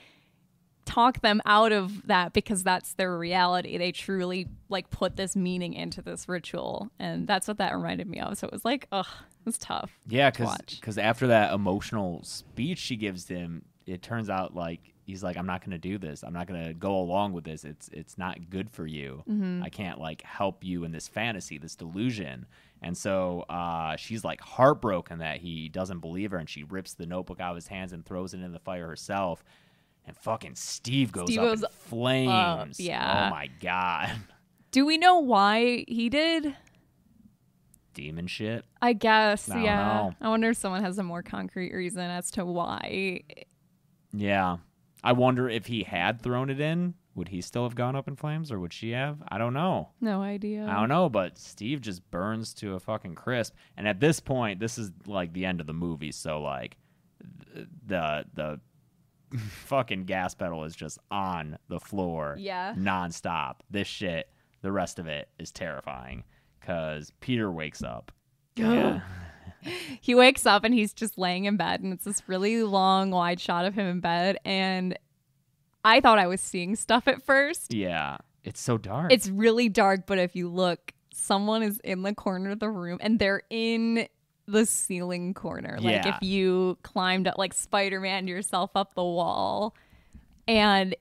Speaker 5: talk them out of that because that's their reality. They truly like put this meaning into this ritual, and that's what that reminded me of. So it was like, ugh, it's tough.
Speaker 4: Yeah,
Speaker 5: to watch.
Speaker 4: because after that emotional speech she gives him, it turns out like he's like, I'm not gonna do this. I'm not gonna go along with this. It's it's not good for you.
Speaker 5: Mm-hmm.
Speaker 4: I can't like help you in this fantasy, this delusion. And so uh, she's like heartbroken that he doesn't believe her, and she rips the notebook out of his hands and throws it in the fire herself. And fucking Steve goes
Speaker 5: Steve
Speaker 4: up
Speaker 5: goes uh,
Speaker 4: in flames.
Speaker 5: yeah.
Speaker 4: Oh my god,
Speaker 5: Do we know why he did?
Speaker 4: demon shit.
Speaker 5: I guess,
Speaker 4: I don't
Speaker 5: yeah.
Speaker 4: know.
Speaker 5: I wonder if someone has a more concrete reason as to why.
Speaker 4: Yeah. I wonder if he had thrown it in, would he still have gone up in flames or would she have? I don't know.
Speaker 5: No idea.
Speaker 4: I don't know, but Steve just burns to a fucking crisp. And at this point, this is like the end of the movie, so like th- the the fucking gas pedal is just on the floor
Speaker 5: Yeah.
Speaker 4: nonstop. This shit, the rest of it is terrifying cuz Peter wakes up. Yeah.
Speaker 5: he wakes up and he's just laying in bed and it's this really long wide shot of him in bed and I thought I was seeing stuff at first
Speaker 4: Yeah. It's so dark.
Speaker 5: It's really dark, but if you look, someone is in the corner of the room and they're in the ceiling corner. Like
Speaker 4: Yeah.
Speaker 5: if you climbed up like Spider Man yourself up the wall and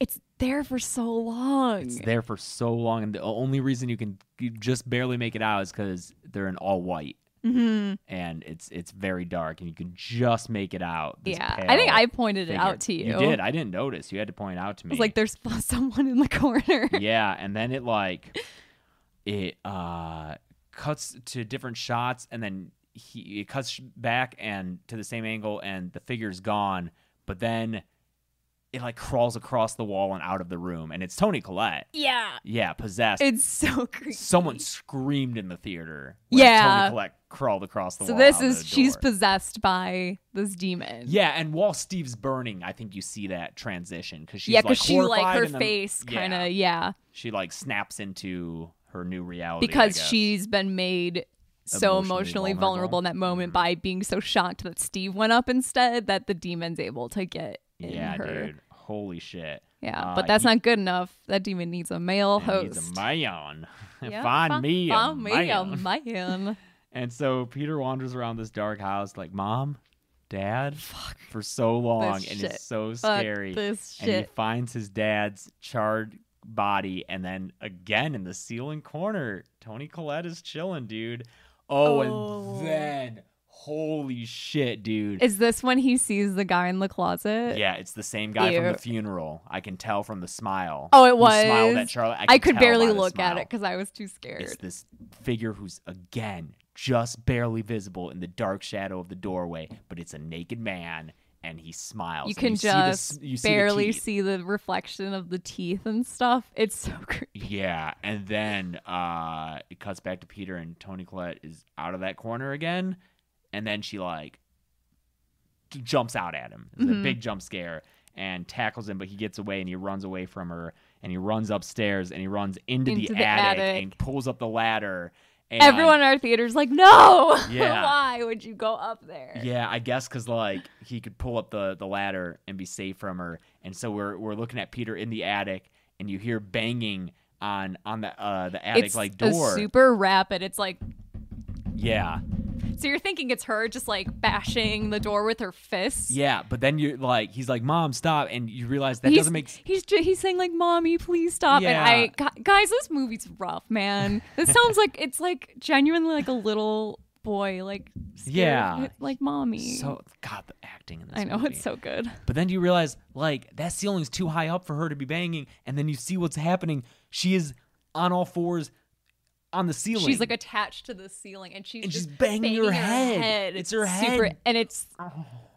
Speaker 5: it's there for so long.
Speaker 4: It's there for so long, and the only reason you can you just barely make it out is because they're in all white, mm-hmm. and it's it's very dark, and you can just make it out. this
Speaker 5: yeah.
Speaker 4: pale
Speaker 5: I think I pointed it
Speaker 4: figure.
Speaker 5: out to you.
Speaker 4: You did. I didn't notice. You had to point out to me.
Speaker 5: It's like there's someone in the corner.
Speaker 4: yeah, and then it like it uh, cuts to different shots and then he it cuts sh- back and to the same angle and the figure's gone but then it like crawls across the wall and out of the room and it's tony collette
Speaker 5: Yeah.
Speaker 4: yeah possessed
Speaker 5: It's so creepy.
Speaker 4: someone screamed in the theater when
Speaker 5: Yeah.
Speaker 4: tony collette crawled across the
Speaker 5: so
Speaker 4: wall
Speaker 5: this
Speaker 4: out
Speaker 5: is
Speaker 4: the
Speaker 5: she's
Speaker 4: door.
Speaker 5: possessed by this demon.
Speaker 4: yeah, and while Steve's burning, I think you see that transition because she's
Speaker 5: yeah,
Speaker 4: like
Speaker 5: because she like
Speaker 4: horrified
Speaker 5: her
Speaker 4: and then-
Speaker 5: face
Speaker 4: Yeah.
Speaker 5: kind of yeah,
Speaker 4: she like snaps into her new reality I
Speaker 5: because
Speaker 4: guess.
Speaker 5: she's been made so
Speaker 4: Emotionally
Speaker 5: emotionally
Speaker 4: vulnerable.
Speaker 5: vulnerable. in that moment by being so shocked that Steve went up instead that the demon's able to get in
Speaker 4: yeah,
Speaker 5: her.
Speaker 4: dude, holy shit.
Speaker 5: Yeah,
Speaker 4: Uh,
Speaker 5: but that's
Speaker 4: he-
Speaker 5: not good enough. That demon needs a male
Speaker 4: he
Speaker 5: host.
Speaker 4: needs a man.
Speaker 5: Yeah,
Speaker 4: find
Speaker 5: fi-
Speaker 4: me,
Speaker 5: find
Speaker 4: a
Speaker 5: me a
Speaker 4: man.
Speaker 5: man.
Speaker 4: And so Peter wanders around this dark house, like mom, dad, for so long, and
Speaker 5: shit.
Speaker 4: it's so
Speaker 5: Fuck
Speaker 4: scary.
Speaker 5: this
Speaker 4: and he
Speaker 5: shit.
Speaker 4: finds his dad's charred body, and then again in the ceiling corner, Tony Collette is chilling, dude. Oh,
Speaker 5: Oh.
Speaker 4: and then holy shit, dude.
Speaker 5: Is this when he sees the guy in the closet?
Speaker 4: yeah, it's the same guy from
Speaker 5: Ew.
Speaker 4: the funeral. I can tell from the smile.
Speaker 5: Oh, it
Speaker 4: He smiled
Speaker 5: was.
Speaker 4: at Charlotte. I,
Speaker 5: I,
Speaker 4: can
Speaker 5: could
Speaker 4: tell
Speaker 5: barely
Speaker 4: by the
Speaker 5: look at
Speaker 4: smile.
Speaker 5: it because I was too
Speaker 4: It's
Speaker 5: scared.
Speaker 4: this figure who's again just barely visible in the dark shadow of the doorway, but it's a naked man, and he smiles.
Speaker 5: You
Speaker 4: and
Speaker 5: can
Speaker 4: see the s-
Speaker 5: just
Speaker 4: you see the
Speaker 5: barely
Speaker 4: teeth.
Speaker 5: see the reflection of the teeth and stuff. It's so creepy.
Speaker 4: Yeah, and then uh, it cuts back to Peter, and Tony Collette is out of that corner again, and then she like j- jumps out at him. It's
Speaker 5: Mm-hmm.
Speaker 4: a big jump scare and tackles him, but he gets away and he runs away from her, and he runs upstairs and he runs into,
Speaker 5: Into
Speaker 4: the,
Speaker 5: the
Speaker 4: attic,
Speaker 5: attic.
Speaker 4: and pulls up the ladder. And
Speaker 5: Everyone in our theater's like, no.
Speaker 4: Yeah.
Speaker 5: Why would you go up there?
Speaker 4: Yeah, I guess because like he could pull up the the ladder and be safe from her, and so we're we're looking at Peter in the attic, and you hear banging on on the uh the attic
Speaker 5: It's
Speaker 4: like
Speaker 5: a
Speaker 4: door.
Speaker 5: super rapid. It's like
Speaker 4: yeah,
Speaker 5: so you're thinking it's her just like bashing the door with her fists.
Speaker 4: yeah, but then you're like he's like, "Mom, stop!" and you realize that
Speaker 5: he's,
Speaker 4: doesn't make. s-
Speaker 5: he's ju- he's saying like mommy please stop and
Speaker 4: Yeah.
Speaker 5: i gu- guys this movie's rough man this sounds like it's like genuinely like a little boy like scared,
Speaker 4: Yeah.
Speaker 5: like mommy
Speaker 4: So God, the acting in this.
Speaker 5: i know
Speaker 4: movie.
Speaker 5: it's so good
Speaker 4: But then you realize like that ceiling's too high up for her to be banging, and then you see what's happening. She is on all fours on the ceiling.
Speaker 5: she's like attached to the ceiling and she's
Speaker 4: And she's
Speaker 5: just
Speaker 4: banging her head. It's her
Speaker 5: super,
Speaker 4: head. Oh.
Speaker 5: and it's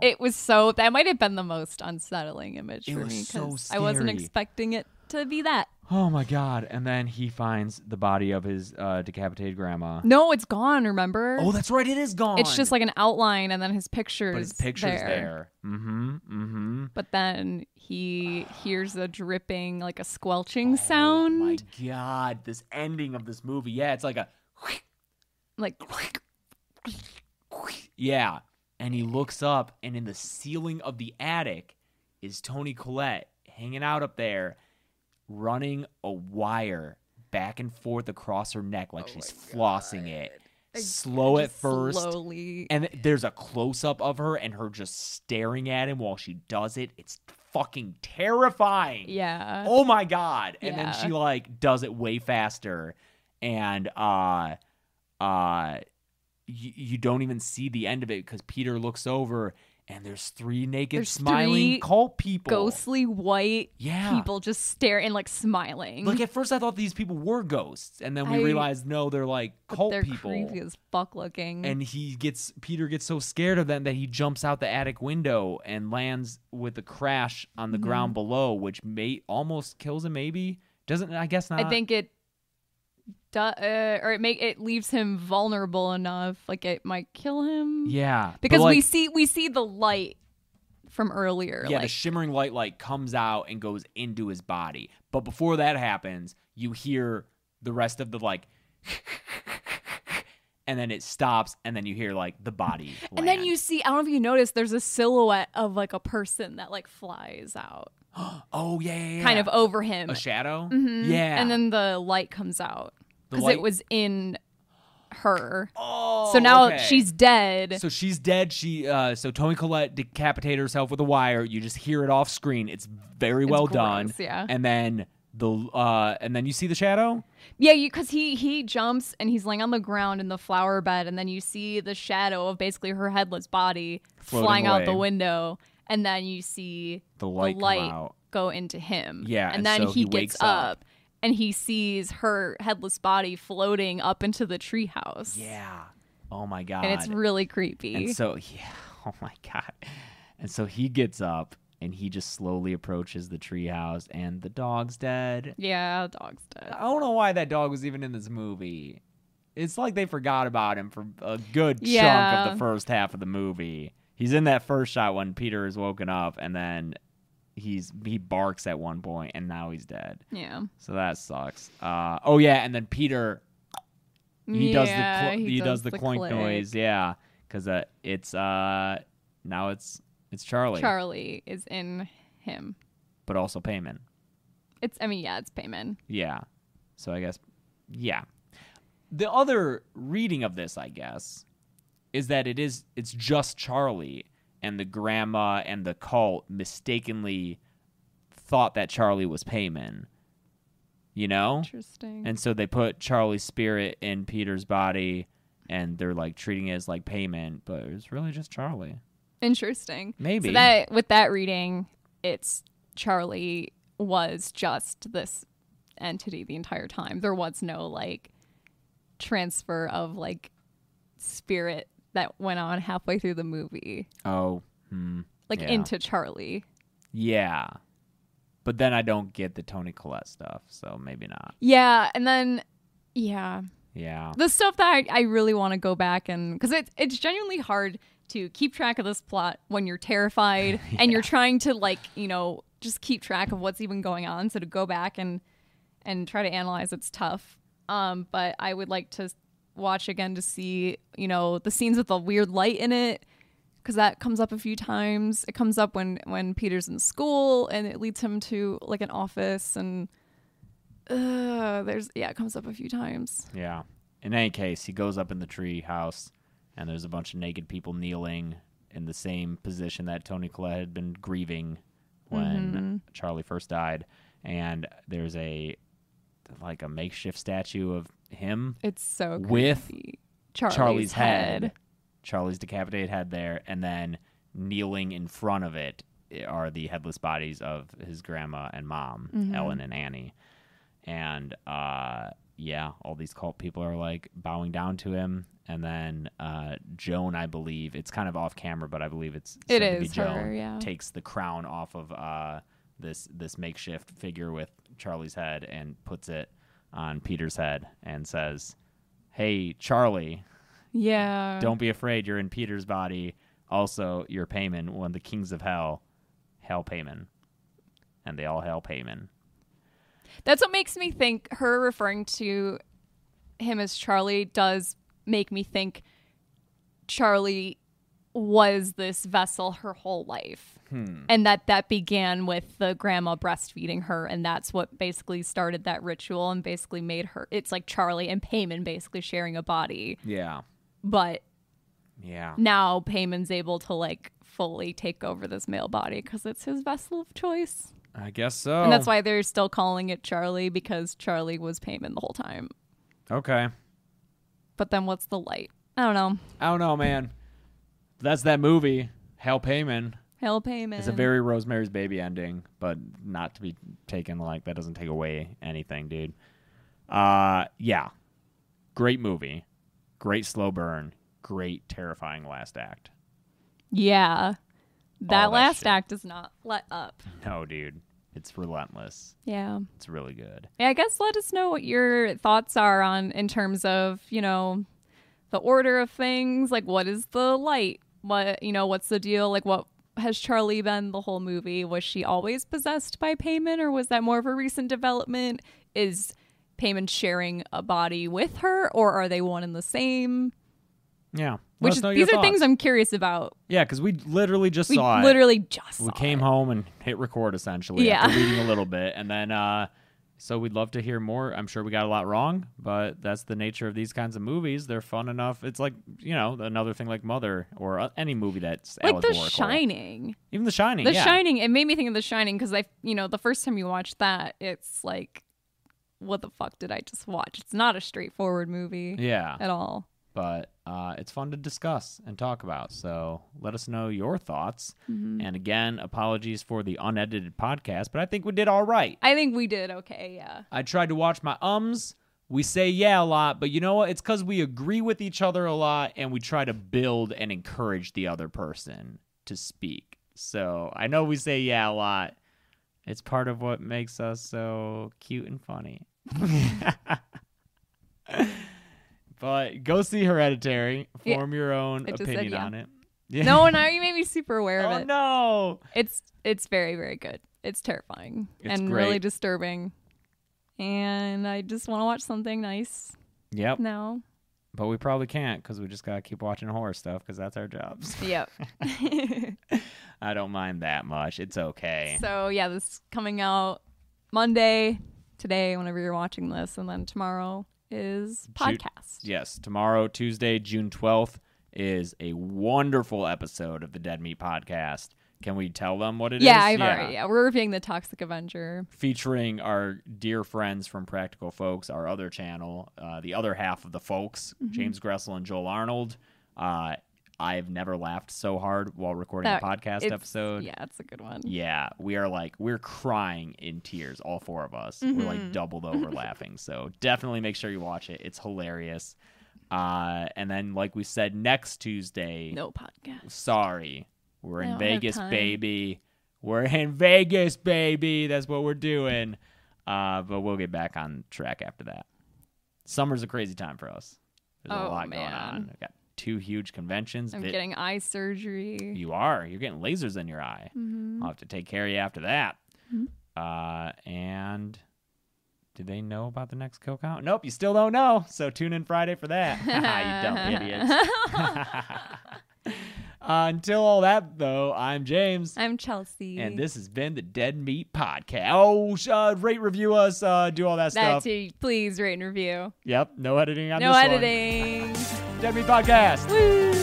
Speaker 5: it was so that might have been the most unsettling image
Speaker 4: It
Speaker 5: for
Speaker 4: was
Speaker 5: me
Speaker 4: so
Speaker 5: i wasn't
Speaker 4: scary.
Speaker 5: expecting it to be that
Speaker 4: Oh my god! And then he finds the body of his uh, decapitated grandma.
Speaker 5: no it's gone remember
Speaker 4: Oh, that's right. It is gone.
Speaker 5: it's just like an outline and then his pictures
Speaker 4: but his pictures there. Mm-hmm. Mm-hmm.
Speaker 5: But then he hears a dripping, like a squelching sound.
Speaker 4: Oh my god! This ending of this movie. Yeah, it's like a.
Speaker 5: Like,
Speaker 4: Yeah, and he looks up, and in the ceiling of the attic is Tony Collette hanging out up there, running a wire back and forth across her neck
Speaker 5: Oh
Speaker 4: like she's flossing it. Slow Oh, at
Speaker 5: just
Speaker 4: first.
Speaker 5: Slowly.
Speaker 4: And th- there's a close up of her and her just staring at him while she does it. It's fucking terrifying.
Speaker 5: yeah.
Speaker 4: Oh my god. And then
Speaker 5: Yeah.
Speaker 4: she like does it way faster and uh uh you, you don't even see the end of it because Peter looks over and there's three naked
Speaker 5: There's
Speaker 4: smiling
Speaker 5: three
Speaker 4: cult people.
Speaker 5: Ghostly white
Speaker 4: Yeah.
Speaker 5: people just stare and like smiling.
Speaker 4: Like at first I thought these people were ghosts and then we
Speaker 5: I-
Speaker 4: realized no they're like cult
Speaker 5: They're
Speaker 4: people.
Speaker 5: creepy as fuck looking.
Speaker 4: and he gets Peter gets so scared of them that he jumps out the attic window and lands with a crash on the
Speaker 5: Mm-hmm.
Speaker 4: ground below, which may almost kills him. Maybe doesn't I guess not.
Speaker 5: I think it. du- uh, or it make it leaves him vulnerable enough, like it might kill him.
Speaker 4: yeah but,
Speaker 5: because we
Speaker 4: like,
Speaker 5: see we see the light from earlier.
Speaker 4: yeah the
Speaker 5: like,
Speaker 4: shimmering light like comes out and goes into his body. But before that happens, you hear the rest of the like. And then it stops, and then you hear like the body.
Speaker 5: And then
Speaker 4: land.
Speaker 5: you see, I don't know if you noticed, there's a silhouette of like a person that like flies out
Speaker 4: oh yeah, yeah, yeah.
Speaker 5: kind of over him.
Speaker 4: a shadow. Yeah,
Speaker 5: And then the light comes out
Speaker 4: The
Speaker 5: because
Speaker 4: light-
Speaker 5: it was in her.
Speaker 4: oh,
Speaker 5: so now
Speaker 4: okay.
Speaker 5: she's dead.
Speaker 4: So she's dead. She uh, so Tony Collette decapitated herself with a wire. You just hear it off screen. It's very well done.
Speaker 5: gross, yeah.
Speaker 4: And then the uh, and then you see the shadow.
Speaker 5: yeah, because he he jumps and he's laying on the ground in the flower bed, and then you see the shadow of basically her headless body
Speaker 4: Floating
Speaker 5: flying out the
Speaker 4: away.
Speaker 5: window, and then you see
Speaker 4: The light come out.
Speaker 5: go into him.
Speaker 4: Yeah,
Speaker 5: and,
Speaker 4: and
Speaker 5: then
Speaker 4: so
Speaker 5: he,
Speaker 4: he
Speaker 5: gets
Speaker 4: wakes
Speaker 5: up.
Speaker 4: up.
Speaker 5: and he sees her headless body floating up into the treehouse.
Speaker 4: Yeah. Oh my god.
Speaker 5: And it's really creepy.
Speaker 4: And so yeah, oh my god. And so he gets up and he just slowly approaches the treehouse and the dog's dead.
Speaker 5: yeah, dog's dead.
Speaker 4: I don't know why that dog was even in this movie. It's like they forgot about him for a good chunk
Speaker 5: Yeah.
Speaker 4: of the first half of the movie. He's in that first shot when Peter is woken up and then he's he barks at one point and now he's dead.
Speaker 5: Yeah.
Speaker 4: So that sucks. Uh, oh yeah, and then Peter he does the
Speaker 5: Yeah,
Speaker 4: cl- he, does, the, clink
Speaker 5: click.
Speaker 4: noise, yeah, because uh, it's uh now it's it's Charlie,
Speaker 5: Charlie is in him.
Speaker 4: but also Payman,
Speaker 5: It's I mean, yeah, it's Payman.
Speaker 4: yeah. So I guess yeah. The other reading of this, I guess, is that it is it's just Charlie and the grandma and the cult mistakenly thought that Charlie was Payman. You know,
Speaker 5: Interesting.
Speaker 4: And so they put Charlie's spirit in Peter's body and they're like treating it as like payment, but it's really just Charlie.
Speaker 5: Interesting.
Speaker 4: Maybe.
Speaker 5: So that with that reading, it's Charlie was just this entity the entire time. There was no like transfer of like spirit that went on halfway through the movie,
Speaker 4: Oh, hmm.
Speaker 5: like
Speaker 4: Yeah.
Speaker 5: into Charlie.
Speaker 4: Yeah. But then I don't get the Tony Collette stuff, so maybe not.
Speaker 5: Yeah, and then yeah,
Speaker 4: Yeah.
Speaker 5: the stuff that I, I really want to go back and because it's it's genuinely hard to keep track of this plot when you're terrified and you're trying to like you know just keep track of what's even going on. So to go back and and try to analyze it's tough. Um, but I would like to watch again to see you know the scenes with the weird light in it because that comes up a few times. It comes up when when Peter's in school and it leads him to like an office and. Uh, there's yeah, it comes up a few times.
Speaker 4: Yeah. In any case, he goes up in the tree house and there's a bunch of naked people kneeling in the same position that Tony Collette had been grieving when
Speaker 5: Mm-hmm.
Speaker 4: Charlie first died. And there's a like a makeshift statue of him
Speaker 5: It's so creepy.
Speaker 4: With
Speaker 5: Charlie's,
Speaker 4: Charlie's
Speaker 5: head.
Speaker 4: head. Charlie's decapitated head there, and then kneeling in front of it eh, are the headless bodies of his grandma and mom,
Speaker 5: Mm-hmm.
Speaker 4: Ellen and Annie. And uh, yeah, all these cult people are like bowing down to him. And then uh, Joan, I believe, it's kind of off camera, but I believe it's
Speaker 5: It
Speaker 4: said to be
Speaker 5: is
Speaker 4: Joan,
Speaker 5: her, yeah.
Speaker 4: takes the crown off of uh, this this makeshift figure with Charlie's head and puts it on Peter's head and says, "Hey, Charlie,
Speaker 5: Yeah.
Speaker 4: don't be afraid. You're in Peter's body. Also, you're Payman, one of the kings of hell. Hell Payman. And they all hail Payman.
Speaker 5: That's what makes me think her referring to him as Charlie does make me think Charlie was this vessel her whole life.
Speaker 4: Hmm.
Speaker 5: And that that began with the grandma breastfeeding her and that's what basically started that ritual and basically made her it's like Charlie and Payman basically sharing a body.
Speaker 4: Yeah.
Speaker 5: But
Speaker 4: Yeah.
Speaker 5: now Payman's able to like fully take over this male body because it's his vessel of choice.
Speaker 4: I guess so.
Speaker 5: And that's why they're still calling it Charlie because Charlie was Payman the whole time.
Speaker 4: Okay.
Speaker 5: But then what's the light? I don't know.
Speaker 4: I don't know, man. That's that movie, Hell Payman.
Speaker 5: Hail Payman.
Speaker 4: It's a very Rosemary's Baby ending, but not to be taken like that doesn't take away anything, dude. Uh, yeah. Great movie. Great slow burn. Great terrifying last act.
Speaker 5: yeah. That,
Speaker 4: that
Speaker 5: last
Speaker 4: shit.
Speaker 5: act does not let up.
Speaker 4: No, dude. It's relentless.
Speaker 5: Yeah.
Speaker 4: It's really good.
Speaker 5: Yeah, I guess let us know what your thoughts are on in terms of, you know, the order of things. Like what is the light? What you know, what's the deal? Like what has Charlie been the whole movie? Was she always possessed by Payman or was that more of a recent development? Is Payman sharing a body with her or are they one and the same?
Speaker 4: Yeah.
Speaker 5: Which is, these are things I'm curious about.
Speaker 4: yeah, because we literally just
Speaker 5: We
Speaker 4: saw it.
Speaker 5: literally just
Speaker 4: We
Speaker 5: saw
Speaker 4: came
Speaker 5: it.
Speaker 4: home and hit record essentially.
Speaker 5: Yeah.
Speaker 4: After reading a little bit, and then uh, so we'd love to hear more. I'm sure we got a lot wrong, but that's the nature of these kinds of movies. They're fun enough. It's like you know another thing like Mother or uh, any movie that's
Speaker 5: Like The
Speaker 4: allegorical.
Speaker 5: Shining.
Speaker 4: Even The Shining.
Speaker 5: The
Speaker 4: yeah.
Speaker 5: Shining. It made me think of The Shining because I, you know, the first time you watch that, it's like, what the fuck did I just watch? It's not a straightforward movie
Speaker 4: Yeah.
Speaker 5: at all.
Speaker 4: but uh, it's fun to discuss and talk about. So let us know your thoughts. And again, apologies for the unedited podcast, but I think we did all right.
Speaker 5: I think we did okay. Yeah.
Speaker 4: I tried to watch my ums. We say yeah a lot, but you know what? It's because we agree with each other a lot and we try to build and encourage the other person to speak. So I know we say yeah a lot. It's part of what makes us so cute and funny. but go see Hereditary.
Speaker 5: Yeah.
Speaker 4: Form your own
Speaker 5: I just said
Speaker 4: opinion
Speaker 5: yeah.
Speaker 4: on it. Yeah.
Speaker 5: No, now you made me super aware of
Speaker 4: Oh
Speaker 5: it.
Speaker 4: no.
Speaker 5: It's it's very very good. It's terrifying
Speaker 4: It's
Speaker 5: and
Speaker 4: great.
Speaker 5: really disturbing. And I just want to watch something nice
Speaker 4: Yep.
Speaker 5: now.
Speaker 4: But we probably can't because we just gotta keep watching horror stuff because that's our jobs.
Speaker 5: Yep.
Speaker 4: I don't mind that much. It's okay.
Speaker 5: so yeah, this is coming out Monday today whenever you're watching this and then tomorrow is podcast.
Speaker 4: Yes, tomorrow, Tuesday, June 12th, is a wonderful episode of the Dead Meat Podcast. Can we tell them what it is?
Speaker 5: yeah, I've already. Yeah, we're reviewing the Toxic Avenger.
Speaker 4: Featuring our dear friends from Practical Folks, our other channel, uh, the other half of the folks,
Speaker 5: Mm-hmm.
Speaker 4: James Gressel and Joel Arnold. Uh, I've never laughed so hard while recording
Speaker 5: That-
Speaker 4: a podcast
Speaker 5: it's-
Speaker 4: episode.
Speaker 5: Yeah, it's a good one.
Speaker 4: Yeah, we are like we're crying in tears, all four of us. We're
Speaker 5: Mm-hmm.
Speaker 4: like doubled over laughing. So definitely make sure you watch it. It's hilarious. Uh, and then, like we said, next Tuesday.
Speaker 5: No podcast.
Speaker 4: Sorry, we're
Speaker 5: I
Speaker 4: in
Speaker 5: don't have
Speaker 4: Vegas,
Speaker 5: time.
Speaker 4: baby. We're in Vegas, baby. That's what we're doing. Uh, but we'll get back on track after that. Summer's a crazy time for us. There's a
Speaker 5: Oh,
Speaker 4: lot going
Speaker 5: man.
Speaker 4: on. We've got two huge conventions.
Speaker 5: I'm
Speaker 4: Vi-
Speaker 5: getting eye surgery.
Speaker 4: you are. You're getting lasers in your eye. I'll have to take care of you after that. Uh, and do they know about the next kill count? Nope, you still don't know. So tune in Friday for that. ah, you dumb idiots. Uh, until all that, though, I'm James.
Speaker 5: I'm Chelsea.
Speaker 4: and this has been the Dead Meat Podcast. Oh, sh- uh, rate, review us, uh, do all that
Speaker 5: that
Speaker 4: stuff.
Speaker 5: too. Please rate and review.
Speaker 4: Yep, no editing on
Speaker 5: no
Speaker 4: this one.
Speaker 5: editing.
Speaker 4: Dead Meat Podcast.
Speaker 5: Woo!